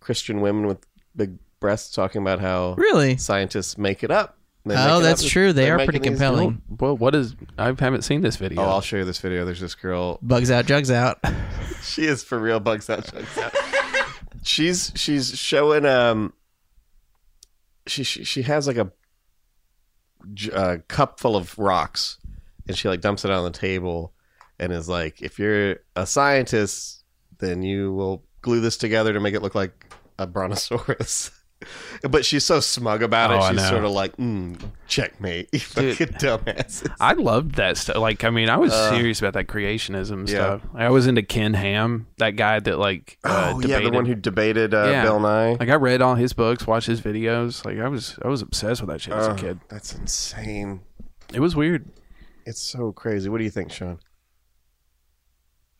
Christian women with big breasts talking about how really scientists make it up. They make Oh, it that's up. true. They They're are making pretty these- compelling. Well, what is? I haven't seen this video. Oh, I'll show you this video. There's this girl. Bugs out, jugs out. She is for real. Bugs out. Bugs out. she's she's showing um. She she, she has like a j- uh, cup full of rocks, and she like dumps it on the table, and is like, "If you're a scientist, then you will glue this together to make it look like a brontosaurus." but she's so smug about it. Oh, I she's know. sort of like, mm, "Checkmate, you fucking dumbass." I loved that stuff. Like, I mean, I was serious about that creationism Uh, yeah. stuff. I was into Ken Ham, that guy that like uh, oh yeah, debated. the one who debated uh, Yeah. Bill Nye. like I read all his books, watched his videos. Like I was, I was obsessed with that shit as a Ugh, kid. That's insane. It was weird. It's so crazy. What do you think, Sean?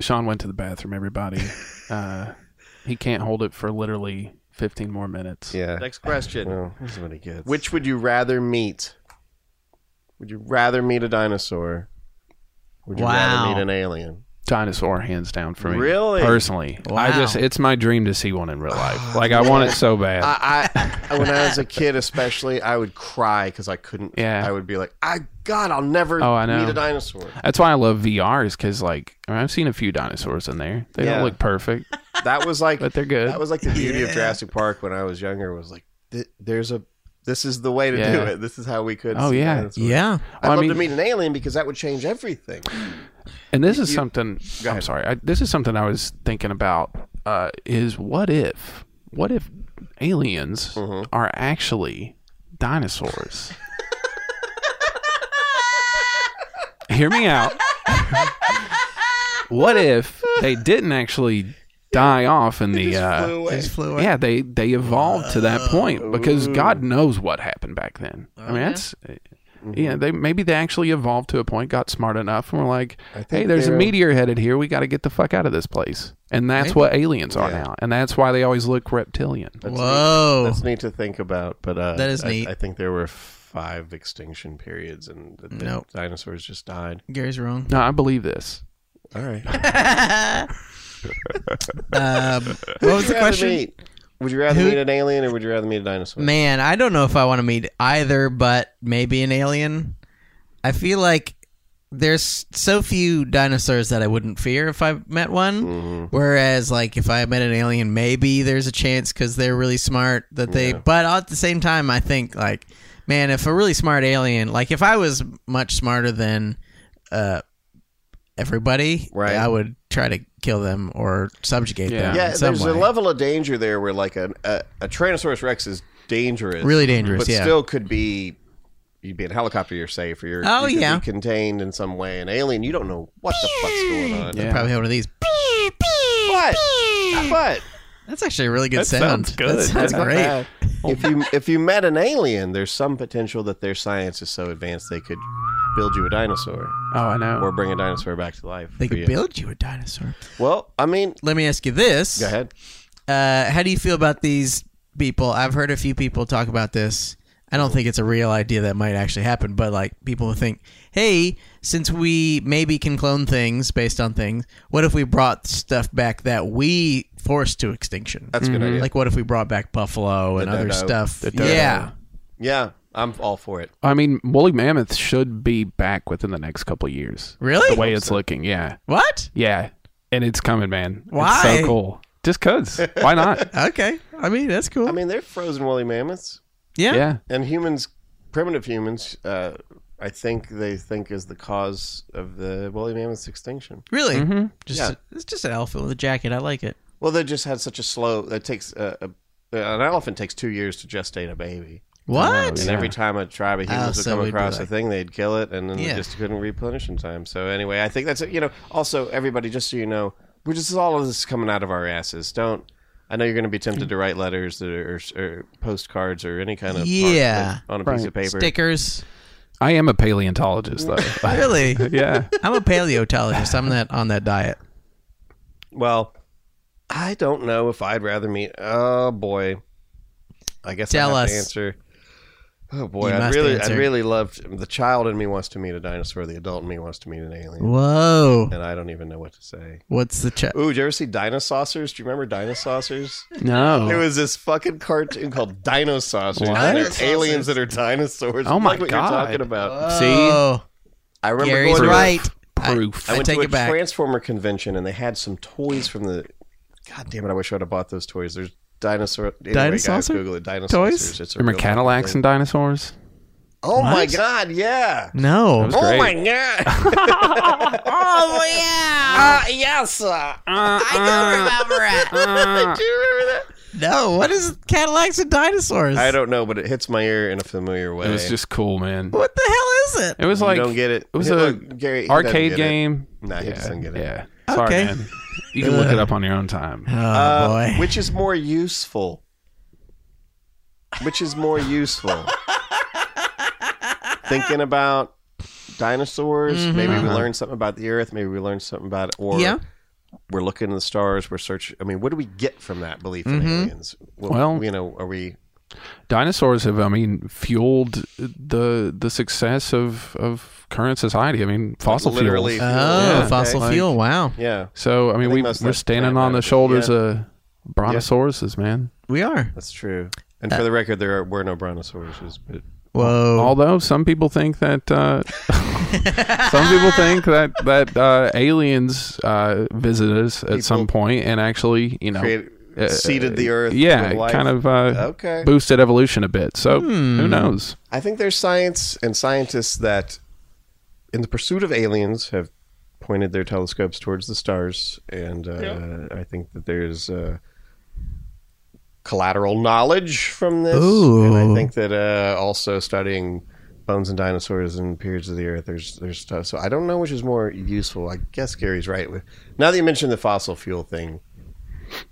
Sean went to the bathroom. Everybody, uh, he can't hold it for literally 15 more minutes. Yeah. Next question. Well, that's what he gets. Which would you rather meet? Would you rather meet a dinosaur? Would you Wow. rather meet an alien? dinosaur hands down for me. Really? Personally. I Wow. just it's my dream to see one in real life. Like I want it so bad. I, I when I was a kid, especially, I would cry because I couldn't. Yeah. I would be like, I God, I'll never Oh, I know. meet a dinosaur. That's why I love VRs cuz like I mean, I've seen a few dinosaurs in there. They Yeah. don't look perfect, That was like but they're good. that was like the beauty of Jurassic Park when I was younger. Was like, th- there's a this is the way to do Yeah. it. This is how we could. Oh, see yeah. dinosaurs. Yeah. I'd Well, I love to mean- meet an alien because that would change everything. And this is something. Go I'm ahead. sorry. I, this is something I was thinking about. Uh, is what if? What if aliens Mm-hmm. are actually dinosaurs? Hear me out. what if they didn't actually die off in the? uh, Flew away. Just flew away. yeah, they they evolved to that Oh. point because God knows what happened back then. I mean, that's eh, Mm-hmm. yeah. They maybe they actually evolved to a point, got smart enough, and were like, "Hey, think there's a they're- meteor headed here. We got to get the fuck out of this place." And that's what aliens are now, and that's why they always look reptilian. Whoa. That's neat to think about, but uh, That is I, neat. I think there were five extinction periods, and the, the Nope. dinosaurs just died. Gary's wrong. No, I believe this. All right. Um, what was the question? Meet, would you rather Who- meet an alien or would you rather meet a dinosaur? Man, I don't know if I want to meet either, but maybe an alien. I feel like there's so few dinosaurs that I wouldn't fear if I met one. Mm-hmm. Whereas, like, if I met an alien, maybe there's a chance because they're really smart that they. But at the same time, I think like, man, if a really smart alien, like if I was much smarter than, uh, everybody, Right. I would try to kill them or subjugate Yeah. them. Yeah, in Yeah, some there's way. a level of danger there where like an, a a Tyrannosaurus Rex is dangerous, Really dangerous, but yeah. still could be. You'd be in a helicopter, you're safe, or you're Oh, you could yeah. be contained in some way. An alien, you don't know what the fuck's going on. Yeah. Probably had one of these. But but That's actually a really good That sound. sounds good. That sounds That's great. uh, if you if you met an alien, there's some potential that their science is so advanced they could build you a dinosaur Oh, I know. or bring a dinosaur back to life. They for could you. build you a dinosaur. Well, I mean, Let me ask you this. go ahead. Uh, how do you feel about these people? I've heard a few people talk about this. I don't think it's a real idea that might actually happen, but like people who think, hey, since we maybe can clone things based on things, what if we brought stuff back that we forced to extinction? That's a good idea. like what if we brought back buffalo and other dodo. stuff? dodo. Yeah. yeah, I'm all for it. I mean, woolly mammoth should be back within the next couple of years. Really? The way it's looking, yeah, What? yeah, and it's coming, man. Why? It's so cool. Just cause. Why not? Okay. I mean, that's cool. I mean, they're frozen woolly mammoths. yeah. and humans, primitive humans, uh, I think they think is the cause of the woolly mammoth's extinction. Really? Mm-hmm. Just Yeah. it's just an elephant with a jacket. I like it. Well, they just had such a slow. That takes uh, a, an elephant takes two years to gestate a baby, What? Um, and Yeah. every time a tribe of humans Oh, would so come we'd be across a like- thing, they'd kill it, and then Yeah. they just couldn't replenish in time. So anyway, I think that's it. You know, also everybody, just so you know, we're just all of this is coming out of our asses. Don't. I know you're going to be tempted to write letters or, or, or postcards or any kind of Yeah. on a piece of paper. Stickers. I am a paleontologist, though. Really? yeah. I'm a paleontologist. I'm that on that diet. Well, I don't know if I'd rather meet. Oh boy, I guess Tell I have us. to answer. Oh boy, You I must really, answer. I really loved. The child in me wants to meet a dinosaur. The adult in me wants to meet an alien, Whoa. and I don't even know what to say. What's the check? Ooh, did you ever see Dinosaucers? Do you remember Dinosaucers? No. There was this fucking cartoon called Dinosaucers. What? They're aliens that are dinosaurs. Oh, my Like what God. you're talking about. uh, See? Oh, I remember Gary's going to a right. I- Proof. I I went take to a it back. Transformer convention and they had some toys from the. God damn it! I wish I'd have bought those toys. There's dinosaur. Anyway, guys, Dinosaucer? Google it. Dinosaurs. Toys? It's a Remember real Cadillacs thing. and dinosaurs? Oh my god! Yeah. no. was- Oh Great. my god! Oh, yeah. Ah, yes. Uh, I don't remember do you remember that? it. No. What is Cadillacs and dinosaurs? I don't know, but it hits my ear in a familiar way. It was just cool, man. What the hell is it? It was You like don't get it. It was Hey, a look, Gary, he doesn't arcade get it. game. Nah, he doesn't get it. Yeah. Sorry, Okay. man. You can look it up on your own time. Oh Uh, boy. Which is more useful? Which is more useful? Thinking about dinosaurs, Mm-hmm. maybe Uh-huh. we learn something about the Earth, maybe we learn something about it, or Yeah. we're looking to the stars, we're searching. I mean, what do we get from that belief in aliens? Well, Mm-hmm. Well- you know, are we dinosaurs have, I mean, fueled the the success of of current society. I mean, fossil Literally. fuels. Oh, Yeah, fossil like- fuel. Wow. Yeah, So I mean, think we most of we're that's standing bad, on the right? shoulders Yeah. of brontosauruses, man. We are. that's true. Uh, And for the record, there are, were no brontosauruses, but Whoa. Although some people think that uh, some people think that that uh, aliens uh, visited us at some point and actually, you know, created, uh, seeded the earth. Yeah, with it life. kind of uh, Okay. boosted evolution a bit. So Hmm. who knows? I think there's science and scientists that, in the pursuit of aliens, have pointed their telescopes towards the stars, and uh, I think that there's uh, collateral knowledge from this. Ooh. And I think that uh, also studying bones and dinosaurs and periods of the earth, there's there's stuff. So I don't know which is more useful. I guess Gary's right. With now that you mentioned the fossil fuel thing,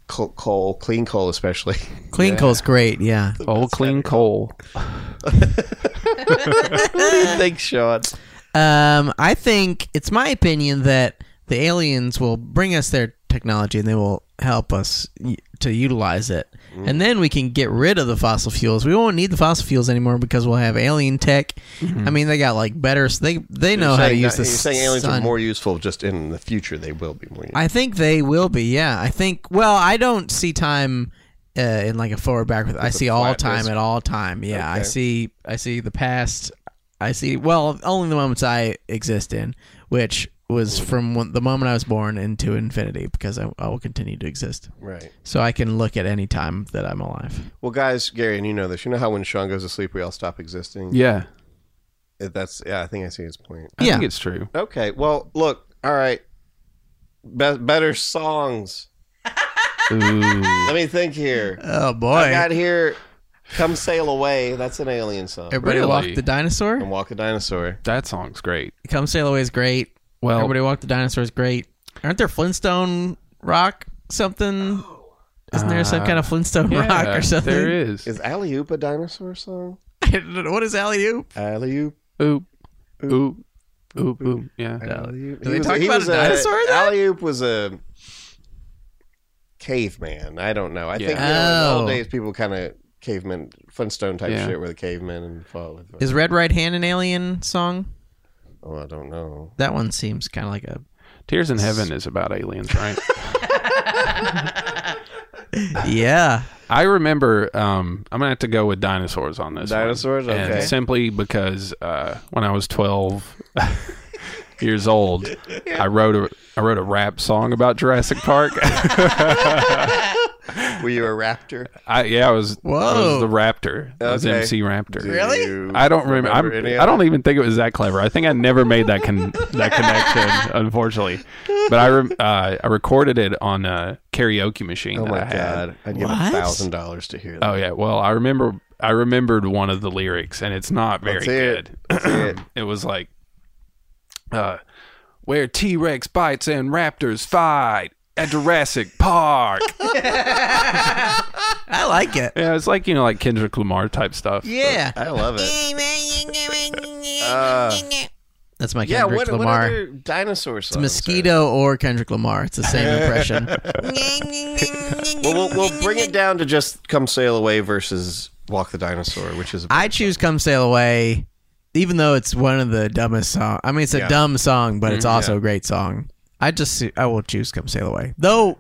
coal, coal clean coal especially. Clean coal's great. Yeah. Old clean coal. Thanks, Sean. Um, I think it's my opinion that the aliens will bring us their technology and they will help us y- to utilize it. Mm. And then we can get rid of the fossil fuels. We won't need the fossil fuels anymore because we'll have alien tech. I mean, they got like better. They they know how to saying use not- the Mm-hmm. You're saying aliens sun. are more useful just in the future. They will be more. Useful. I think they will be. Yeah, I think. Well, I don't see time uh, in like a forward backward. I see all flat time disc. at all time. Yeah, I Okay. see. I see the past. I see. Well, only the moments I exist in, which was from when, the moment I was born into infinity, because I, I will continue to exist. right. So I can look at any time that I'm alive. Well, guys, Gary, and you know this. You know how when Sean goes to sleep, we all stop existing. Yeah, Yeah. That's. Yeah, I think I see his point. I yeah. think it's true. Okay. Well, look. All right. Be- better songs. Ooh. Let me think here. oh boy! I got here. Come sail away. That's an alien song. Everybody Really? walk the And dinosaur. walk a dinosaur. That song's great. Come sail away is great. Well, Everybody walk the dinosaur is great. Aren't there Flintstone rock something? Isn't there some kind of Flintstone yeah, rock or something? There is. Is alley oop a dinosaur song? I don't know. What is alley oop? Alley oop. Oop, oop, oop, oop. Yeah. Do they talk about a dinosaur in that? Alley oop was a caveman. I don't know. I think you Yeah. know, in the Oh. old days people kind of cavemen, Flintstone type Yeah. shit, were the cavemen and fought with. Is Red Right Hand an alien song? oh, I don't know. That one seems kind of like a Tears in Heaven is about aliens, right? yeah. I remember. Um, I'm gonna have to go with dinosaurs on this. one. Dinosaurs? And Okay. simply because uh, when I was 12 years old, I wrote a I wrote a rap song about Jurassic Park. Were you a raptor? I, yeah, I was. I Whoa. was the Raptor. I was Okay. MC Raptor. Do Really? you I don't remember. I'm, any I of don't even think it was that clever. I think I never made that con- that connection, unfortunately. But I rem- uh, I recorded it on a karaoke machine. Oh that my I had. god! I'd give a What? thousand dollars to hear that. Oh yeah. Well, I remember. I remembered one of the lyrics, and it's not very Let's hear it. good. Let's hear it. It was like, uh, where T Rex bites and raptors fight at Jurassic Park. I like it. yeah, it's like you know, like Kendrick Lamar type stuff. Yeah. I love it. Uh, That's my yeah, Kendrick what, what Lamar. other dinosaur songs? are- Mosquito or Kendrick Lamar. It's the same impression. Well, we'll, we'll bring it down to just "Come Sail Away" versus "Walk the Dinosaur," which is I choose Come Sail Away, even though it's one of the dumbest songs. I mean, it's a dumb song, but Mm-hmm. it's also a great song. I just, I will choose Come Sail Away. Though,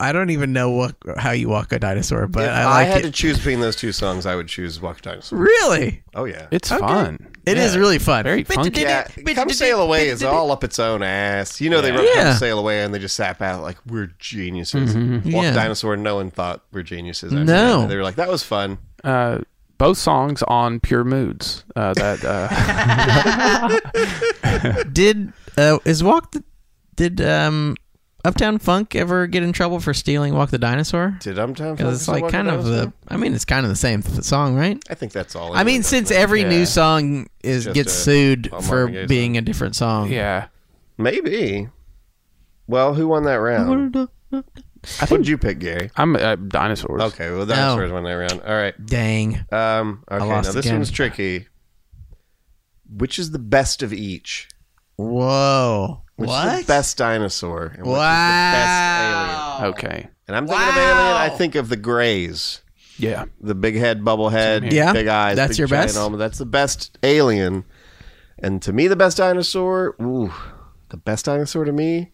I don't even know what how you walk a dinosaur, but If I I, like had it. to choose between those two songs, I would choose "Walk the Dinosaur." really? Oh yeah, It's fun. it is really fun. Very funky. yeah. Come Sail Away is all up its own ass. You know they wrote Yeah. Mm-hmm. Come Sail Away and they just sat back like we're geniuses. Walk Yeah. Dinosaur, no one thought we're geniuses. after No. that. they were like that was fun. Uh, both songs on Pure Moods. Uh, that uh, Did, uh, is Walk the, did, um, Uptown Funk ever get in trouble for stealing Walk the Dinosaur? Did I'm time Because it's like kind of the, I mean, it's kind of the same th- song, right? I think that's all. I mean, does since now. every Yeah. new song is Just gets a- sued a for Marvin Gaye being a different song. yeah. maybe. Well, who won that round? What did you pick, Gary? I'm uh, dinosaurs. Okay, well, dinosaurs won that round. All right. Dang. Um, okay, Oh. lost now this again. one's tricky. Which is the best of each? Whoa. Which is what? the best dinosaur? And which is the best alien? wow. Okay. And I'm thinking of alien. I think of the Greys. Yeah. the big head, bubble head, Yeah, big eyes. that's big your giant best? arm. That's the best alien. And to me, the best dinosaur, ooh, the best dinosaur to me,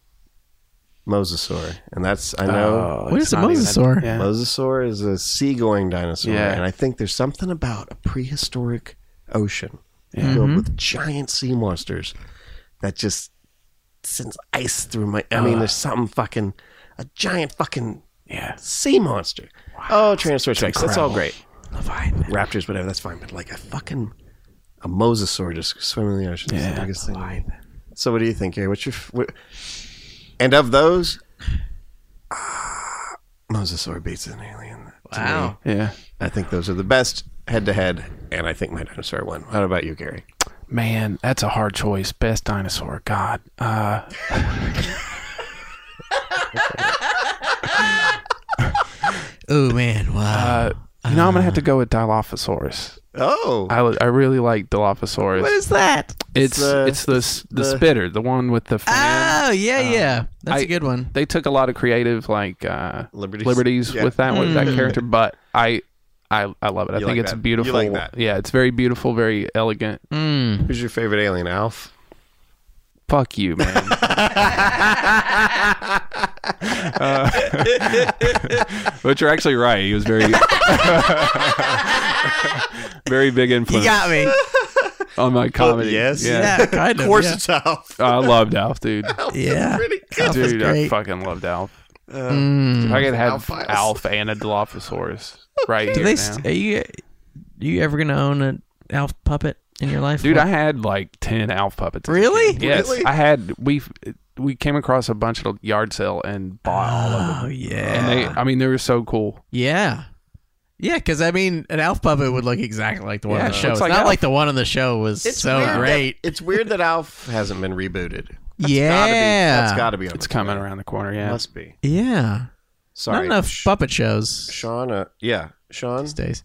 mosasaur. And that's I Oh. know What is a mosasaur? Uh, Yeah. mosasaur is a sea-going dinosaur, Yeah. and I think there's something about a prehistoric ocean Mm-hmm. filled with giant sea monsters that just sends ice through my. I mean, there's something fucking a giant fucking Yeah. sea monster. Oh, Tyrannosaurus Rex. That's all incredible. great Leviathan. raptors, whatever. That's fine. But like a fucking a mosasaur just swimming in the ocean. Yeah, the biggest thing. So what do you think, Gary? What's your f- what, and of those, uh, mosasaur beats an alien. to me. Wow. Yeah. I think those are the best head to head, and I think my dinosaur won. How about you, Gary? Man, that's a hard choice. Best dinosaur. God. Uh, Oh man, wow. uh, you know, I'm gonna have to go with Dilophosaurus. Oh, I, I really like Dilophosaurus. what is that? it's the- it's the s- the, the- Ah! spitter, the one with the fan. Oh yeah, yeah. That's Um, I- a good one. they took a lot of creative like uh, Liberties. liberties, Yeah. with that one, that character. But I, I, I love it. I You think like it's that. You beautiful. like that. Yeah, it's very beautiful, very elegant. Mm. who's your favorite alien, Alf? Fuck you, man. Uh, but you're actually right. He was very, very big You influence got me. on my comedy. yes. yeah. Yeah, kind of. Of course, yeah. it's Alf. I loved Alf, dude. yeah. Pretty good. Alf is Dude, I great. fucking loved Alf. Mm. If I could have Alphiles. Alf and a Dilophosaurus right Do here they? now. St- are you? you ever gonna own an elf puppet in your life? Dude, I had like ten Alf puppets. as a Really? kid. Yes, Really? I had. We we came across a bunch at a yard sale and bought all of Uh, them. Oh yeah. And they, I mean, they were so cool. yeah. Yeah, because I mean, an elf puppet would look exactly like the one Yeah, on the it show. looks It's like not Alf. like the one on the show was so weird that- great. it's weird that Alf hasn't been rebooted. yeah, Gotta be, that's got to be. On It's its coming way. around the corner. Yeah, Must be. yeah. Sorry. Not enough Sh- puppet shows Sean, uh, yeah, Sean, these days.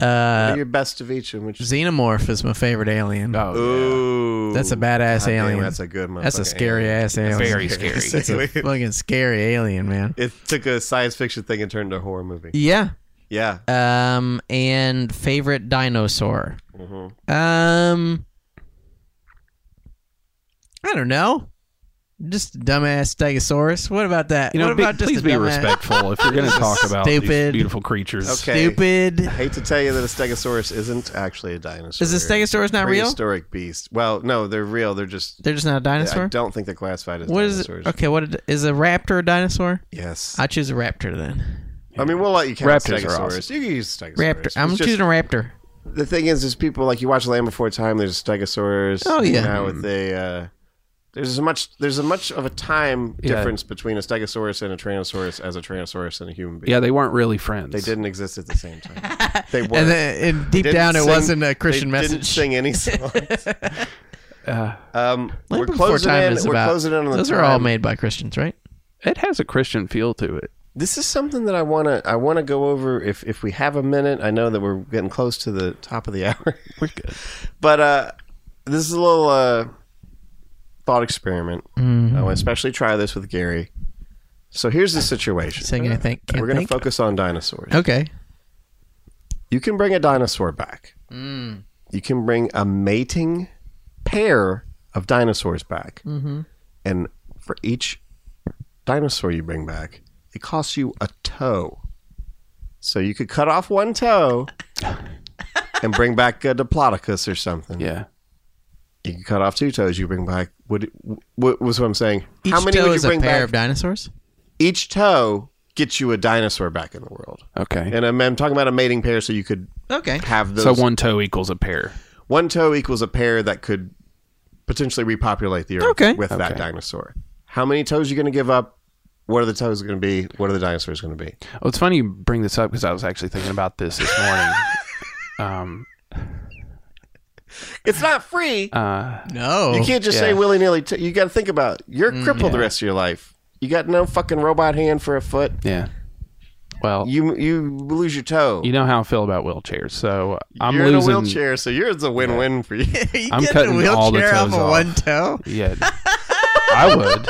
Uh, do your best of each, and which Xenomorph is my favorite alien. Oh, yeah. Ooh, That's a badass God damn, alien. that's a good one. That's a scary ass alien. very scary. It's a fucking scary alien, man. It took a science fiction thing and turned to a horror movie. Yeah. Yeah, Um, and favorite dinosaur. Mm-hmm. Um, I don't know. Just dumbass Stegosaurus. What about that? You know, what be- about just please a be dumbass- respectful if you're going to talk about these Stupid. beautiful creatures. Okay. Stupid. hate to tell you that a stegosaurus isn't actually a dinosaur. Is the Stegosaurus not real? Prehistoric beast. Well, no, they're real. They're just. They're just not a I dinosaur. don't think they're classified as What is it? dinosaurs. Okay, what it- is a raptor a dinosaur? Yes. I, I choose a raptor then. mean, we'll let you count Raptors are stegosaurus. awesome. You can use stegosaurus. Raptor. It's I'm just- choosing a raptor. the thing is, is people like you watch Land Before Time. There's Stegosaurus. Oh, you yeah. know, with the uh, there's as much there's a much of a time Yeah. difference between a Stegosaurus and a Tyrannosaurus as a Tyrannosaurus and a human being. Yeah, they weren't really friends. they didn't exist at the same time. they were. And, then, and deep Didn't down, it sing- wasn't a Christian they message. Didn't sing any songs. Uh, Um, Land we're Before closing Time in. is We're about- closing in on the Those are all time. made by Christians, right? it has a Christian feel to it. This is something that I wanna I wanna go over if if we have a minute. I know that we're getting close to the top of the hour. We're good. But uh, this is a little uh, thought experiment. Mm-hmm. I want to especially try this with Gary. So here's the situation. Singing, I think. Can't We're going to think. focus on dinosaurs. Okay. You can bring a dinosaur back. Mm. You can bring a mating pair of dinosaurs back. Mm-hmm. And for each dinosaur you bring back, it costs you a toe. So you could cut off one toe and bring back a Diplodocus or something Yeah. you can cut off two toes. You bring back. Would what was what I'm saying? Each How many toe would you is bring a pair back? of dinosaurs? Each toe gets you a dinosaur back in the world. Okay. And I'm, I'm talking about a mating pair, so you could Okay. have those. so one toe equals a pair. one toe equals a pair that could potentially repopulate the earth Okay. with that Okay. dinosaur. How many toes are you going to give up? What are the toes going to be? What are the dinosaurs going to be? Well, it's funny you bring this up because I was actually thinking about this this morning. um, It's not free. uh, No. you can't just yeah. Mm, say willy nilly. T- you got to think about. It. You're crippled the rest of your life. You got no fucking robot hand for a foot. yeah. Well, You you lose your toe. you know how I feel about wheelchairs, so I'm you're losing. in a wheelchair, so yours a win-win for you. you I'm get cutting a all the wheelchair off toes of off. one toe? Yeah, I would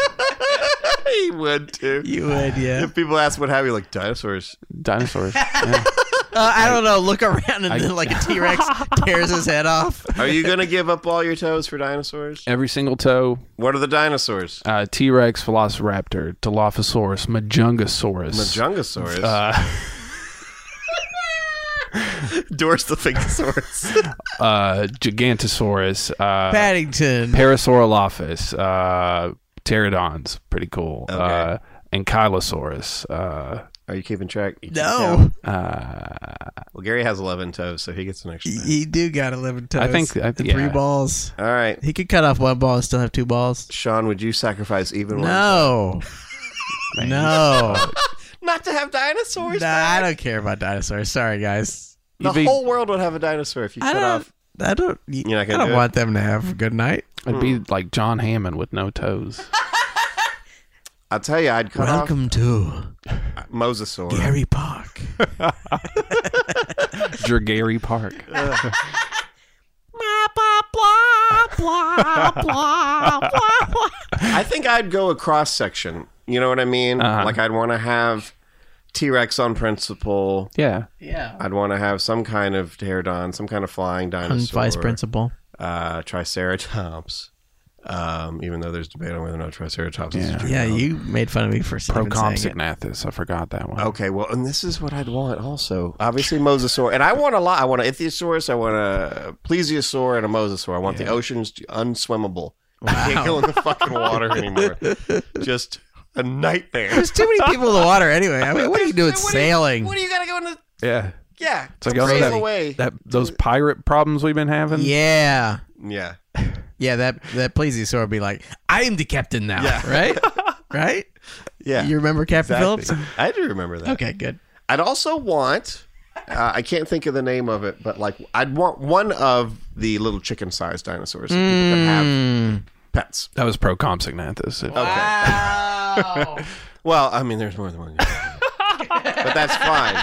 he would too. You would, yeah. If people ask what have you, like dinosaurs. dinosaurs. Yeah. Uh, I don't know. Look around and I- then like a T Rex tears his head off. Are you gonna give up all your toes for dinosaurs? Every single toe, What are the dinosaurs? uh, T Rex, Velociraptor, Dilophosaurus, Majungasaurus. Majungasaurus. uh, Dorstophagosaurus. uh, Gigantosaurus, uh, Paddington. Parasaurolophus, uh, pterodons, pretty cool. Uh, Ankylosaurus. Uh, Are you keeping track? You can't no, count. Well, Gary has 11 toes, so he gets an extra. Y- you do got eleven toes. I think- I- and three yeah. balls. All right. He could cut off one ball and still have two balls. Sean, would you sacrifice even one? No, man. no, Not to have dinosaurs? nah, I don't care about dinosaurs. Sorry, guys. The You'd be- whole world would have a dinosaur if you I cut don't. off. I don't. y- You're not I gonna don't do it? want them to have a good night. It'd be like John Hammond with no toes. I'll tell you, I'd cut Welcome to off Mosasaur. Gary Park. Dragary Park. I think I'd go a cross section. You know what I mean? Uh-huh. Like, I'd want to have T Rex on principle. Yeah. Yeah. I'd want to have some kind of pterodon, some kind of flying dinosaur. Vice principal. uh, Triceratops. Um, even though there's debate on whether or not Triceratops is a Yeah. juvenile. Yeah, you made fun of me for even saying it. Procomsognathus. I forgot that one. Okay, well, and this is what I'd want also. Obviously, mosasaur. And I want a lot. I want an ichthyosaurus. I want a plesiosaur and a mosasaur. I want the oceans to- unswimmable. I can't go in the fucking water anymore. Just a nightmare. There's too many people in the water anyway. I mean, what are you doing sailing? What do you got to go in the. Yeah. Yeah. It's like to all sail that, away. that those pirate problems we've been having. yeah. yeah. Yeah, that that plesiosaur would be like, I am the captain now, Yeah. right? right? Yeah. You remember Captain exactly. Phillips? I do remember that. Okay, good. I'd also want. Uh, I can't think of the name of it, but like I'd want one of the little chicken-sized dinosaurs that people can have Hmm. pets. That was Procomsognathus. Okay. well, I mean, there's more than one, but that's fine.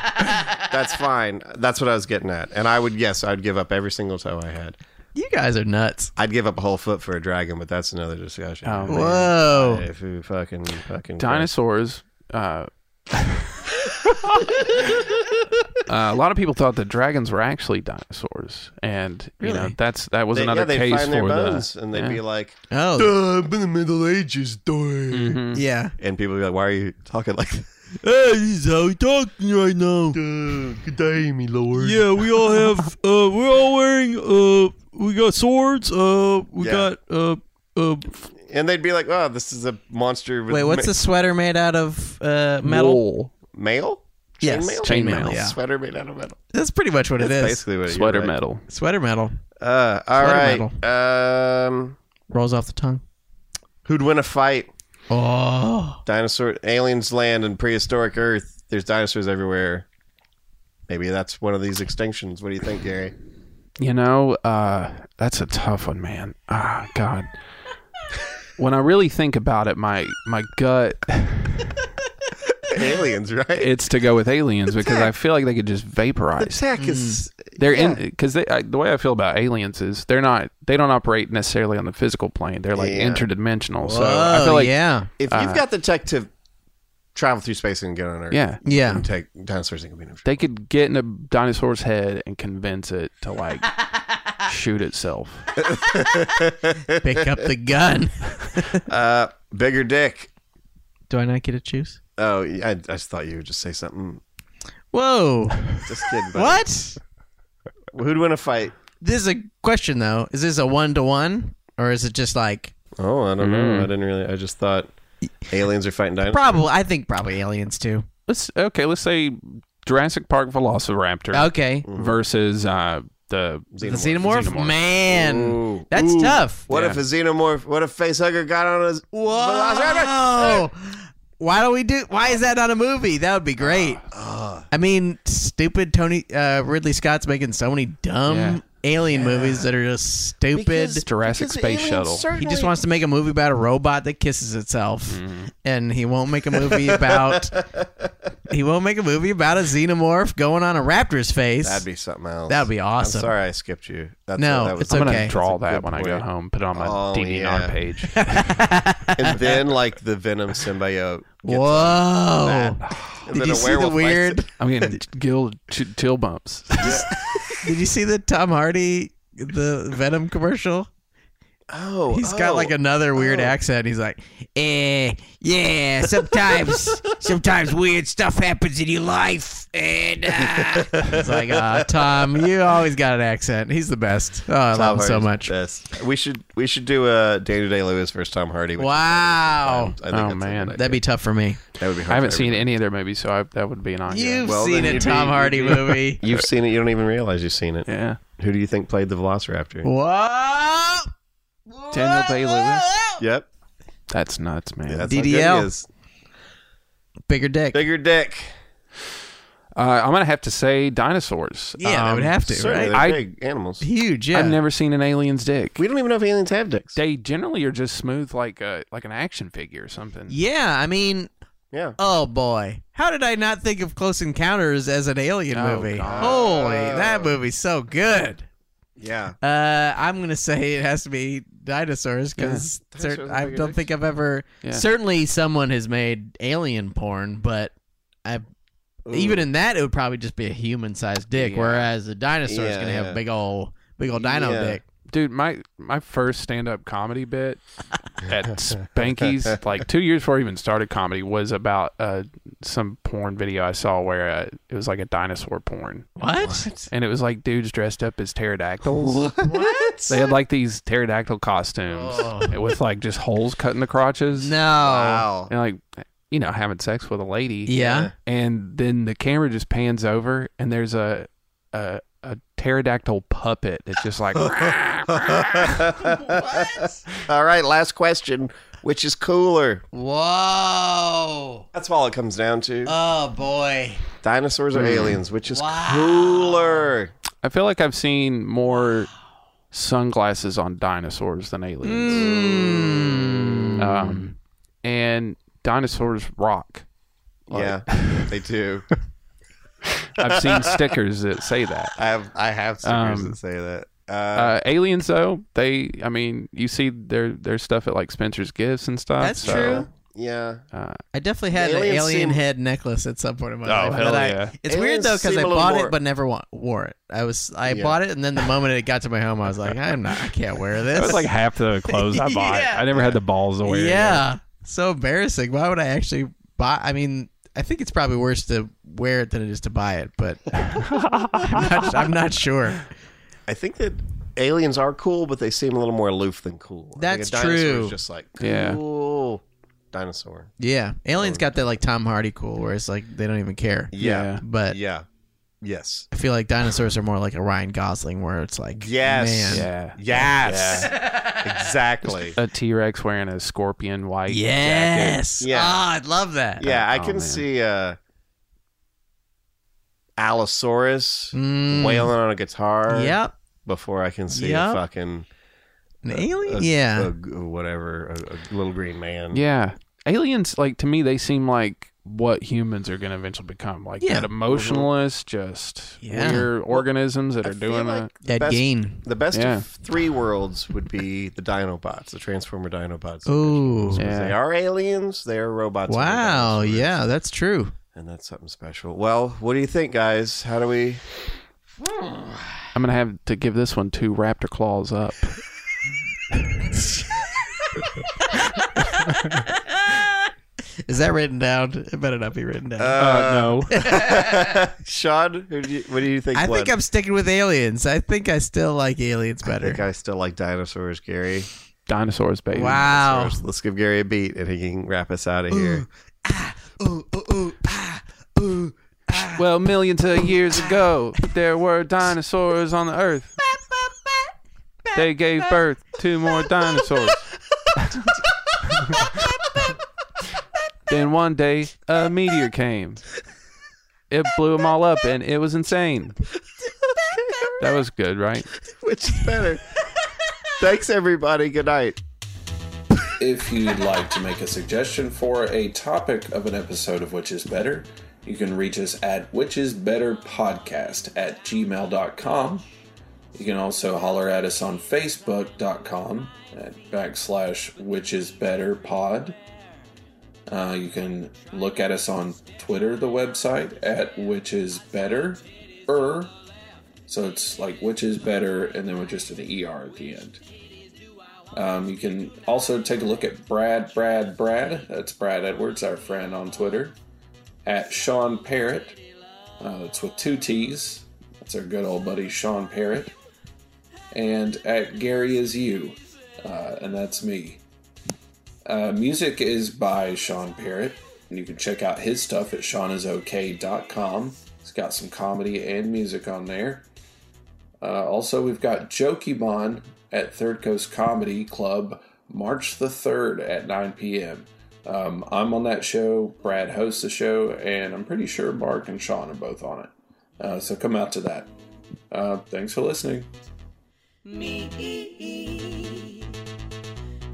That's fine. That's what I was getting at. And I would yes, I'd give up every single toe I had. You guys are nuts. I'd give up a whole foot for a dragon, but that's another discussion. Oh, man. Whoa. If you fucking fucking Dinosaurs. Uh, uh, a lot of people thought that dragons were actually dinosaurs, and you know that's that was They, another yeah, they'd case find for their the- bones and they'd yeah. be like, Oh, "Duh, I'm in the Middle Ages, duh." Mm-hmm. yeah. And people would be like, "Why are you talking like that?" Hey, this is how we talking right now. Good day, me lord. Yeah, we all have. Uh, we're all wearing. Uh, we got swords. Uh, we Yeah. got. Uh, uh. And they'd be like, "Oh, this is a monster." With Wait, what's ma- the sweater made out of? Uh, metal. Wool. Mail? Yes, Chainmail? chainmail, yeah. Sweater made out of metal. That's pretty much what it That's is. basically what it- you're sweater right. metal. Sweater metal Uh, all Sweater right. Um, rolls off the tongue. who'd win a fight? Oh, Dinosaur, aliens land, and prehistoric Earth. There's dinosaurs everywhere. Maybe that's one of these extinctions. What do you think, Gary? You know, uh, that's a tough one, man. Ah, God. when I really think about it, my my gut aliens, right? it's to go with aliens because I feel like they could just vaporize. Attack is. Mm. They're in because they, I, the way I feel about aliens is they're not they don't operate necessarily on the physical plane. They're like Yeah. interdimensional. oh so I feel like yeah, If uh, you've got the tech to travel through space and get on Earth, yeah, you yeah. can take dinosaurs and can be no they could get in a dinosaur's head and convince it to like shoot itself. Pick up the gun. Uh, bigger dick. Do I not get to choose? Oh, I, I just thought you would just say something. Whoa! Just kidding. buddy. what? Who'd win a fight? This is a question though. Is this a one to one, or is it just like Oh, I don't know. I Mm. didn't really. I just thought aliens are fighting dinosaurs. probably? I think probably aliens too. Let's okay. Let's say Jurassic Park Velociraptor Okay, versus uh, the the xenomorph. Xenomorph. Man, Ooh. that's Ooh. tough. What Yeah. if a xenomorph? What if facehugger got on his? Velociraptor? Whoa! Why don't we do? Why is that not a movie? That would be great. I mean, stupid Tony uh, Ridley Scott's making so many dumb Yeah. alien movies that are just stupid. Jurassic Space Shuttle. He just wants to make a movie about a robot that kisses itself, Mm-hmm. and he won't make a movie about. he won't make a movie about a xenomorph going on a raptor's face. That'd be something else. That'd be I'm awesome. sorry, I skipped you. That's No, what that was. it's I'm gonna Okay. That's draw a that good when I point. go home. Put it on my Oh, DVD yeah. non page. and then like the venom symbiote. gets- Whoa! Did you see the weird? I'm getting gill ch- chill bumps. Did you see the Tom Hardy the Venom commercial? Oh, He's got like another weird accent. He's like, eh, yeah. Sometimes, sometimes weird stuff happens in your life, and uh. it's like, ah, Tom, you always got an accent. He's the best. Oh, I love him so much. Best. We should we should do a Day to Day Lewis versus Tom Hardy. which- I Wow, think Oh, that's a man. good idea. that'd be tough for me. that would be. Hard I haven't for seen everybody. any of their movies, so I, that would be an ongoing. You've Well, seen then a you'd Tom be- Hardy movie. You've seen it. You don't even realize you've seen it. Yeah. Who do you think played the Velociraptor? Whoa! Daniel Day-Lewis. Yep. That's nuts, man. Yeah, that's how good he DDL. is. Bigger dick. Bigger dick. uh, I'm gonna have to say dinosaurs. yeah, I Um, would have to, Certainly, right? they're I- big animals. Huge. Yeah. I've never seen an alien's dick. We don't even know if aliens have dicks. they generally are just smooth, like a like an action figure or something. Yeah, I mean, Yeah. oh boy, how did I not think of Close Encounters as an alien Oh, movie? God. Holy, that movie's so good. Yeah. Uh, I'm gonna say it has to be dinosaurs because Yeah. Dinosaurs are I bigger don't dicks. think I've ever. Yeah. Certainly, someone has made alien porn, but I. Ooh. Even in that, it would probably just be a human-sized dick, Yeah. whereas the dinosaur is Yeah, gonna have yeah. big old, big old dino Yeah. dick. dude my my first stand-up comedy bit at spanky's like two years before i even started comedy was about uh, some porn video i saw where uh, it was like a dinosaur porn What? and it was like dudes dressed up as pterodactyls they had like these pterodactyl costumes with like just holes cut in the crotches No. Wow. and like you know having sex with a lady Yeah. and then the camera just pans over and there's a a, a pterodactyl puppet that's just like Oh, All right. Last question. Which is cooler? Whoa. That's all it comes down to. Oh boy. Dinosaurs or aliens? Which is Hmm. Wow. cooler? I feel like I've seen more sunglasses on dinosaurs than aliens. Mm. Um, and dinosaurs rock. yeah, they do. I've seen stickers that say that. I have I have stickers Um, that say that. Uh, Uh, aliens, though, they, I mean, you see their their stuff at like Spencer's Gifts and stuff. That's so, true. yeah, Uh, I definitely had an Aliens alien seem- head necklace at some point in my life. hell but I- yeah. It's weird Aliens though because seem I a little bought more- it but never wa- wore it. I was I Yeah. bought it and then the moment it got to my home, I was like, I'm not, I can't wear this. that was like half the clothes I bought. Yeah. I never had the balls to wear. it. yeah, so embarrassing. Why would I actually buy? I mean, I think it's probably worse to wear it than it is to buy it, but I'm, not, I'm not sure. I think that aliens are cool, but they seem a little more aloof than cool. I think That's a dinosaur is true. just like Yeah. cool dinosaur. Yeah, aliens got that like Tom Hardy cool, where it's like they don't even care. Yeah, But yeah, yes, I feel like dinosaurs are more like a Ryan Gosling, where it's like, Yes. man, Yeah. yes, exactly. A T Rex wearing a scorpion white jacket. Yes. Yeah. Ah, I'd love that. Yeah, I Oh, can man. see uh, Allosaurus Mm. wailing on a guitar. Yep. Before I can see Yep. a fucking An alien? a- Oh, yeah. a g- whatever a, a little green man. Yeah. Aliens, like, to me, they seem like what humans are going to eventually become. Like, Yeah. that emotionalist, just Yeah. weird organisms that are feel doing like the that best- gain. The best Yeah. of three worlds would be the Dinobots, the Transformer Dinobots. Oh, Ooh. Yeah. They are aliens. They are robots. and they're Wow. dinosaurs. Yeah, that's true. And that's something special. Well, what do you think, guys? How do we? a. I'm going to have to give this one two raptor claws up. Is that written down? It better not be written down. Uh, no. Sean, who do you, what do you think? I think won? I'm sticking with aliens. I think I still like aliens I think better. I still like dinosaurs, Gary. Dinosaurs, baby. wow. Dinosaurs. Let's give Gary a beat, and he can wrap us out of here. Ooh, ooh, ooh, ah, ooh. Well, millions of years ago, there were dinosaurs on the earth. They gave birth to more dinosaurs. then one day, a meteor came. It blew them all up, and it was insane. That was good, right? Which is better? Thanks, everybody. Good night. If you'd like to make a suggestion for a topic of an episode of Which is Better, you can reach us at whichisbetterpodcast at gmail.com. You can also holler at us on facebook.com at backslash which is better pod. Uh, you can look at us on Twitter, the website at which is better, er. So it's like which is better, and then with just an er at the end. Um, you can also take a look at Brad, Brad, Brad. That's Brad Edwards, our friend on Twitter. At Sean Parrott. Uh, that's with two T's. That's our good old buddy Sean Parrott. And at Gary is you. Uh, and that's me. Uh, music is by Sean Parrott. And you can check out his stuff at seanisok.com. It's got some comedy and music on there. Uh, also, we've got Jokimon at Third Coast Comedy Club March the 3rd at 9 p.m. Um, I'm on that show, Brad hosts the show, and I'm pretty sure Mark and Sean are both on it. Uh, so come out to that. Uh, thanks for listening. me.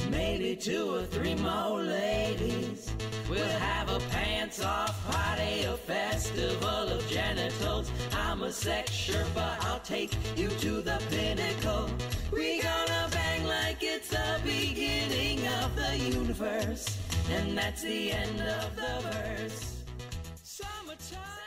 Maybe two or three more ladies. We'll have a pants off party, a festival of genitals. I'm a sex sure, but I'll take you to the pinnacle. We gonna bang like it's the beginning of the universe. And that's the end of the verse. Summertime.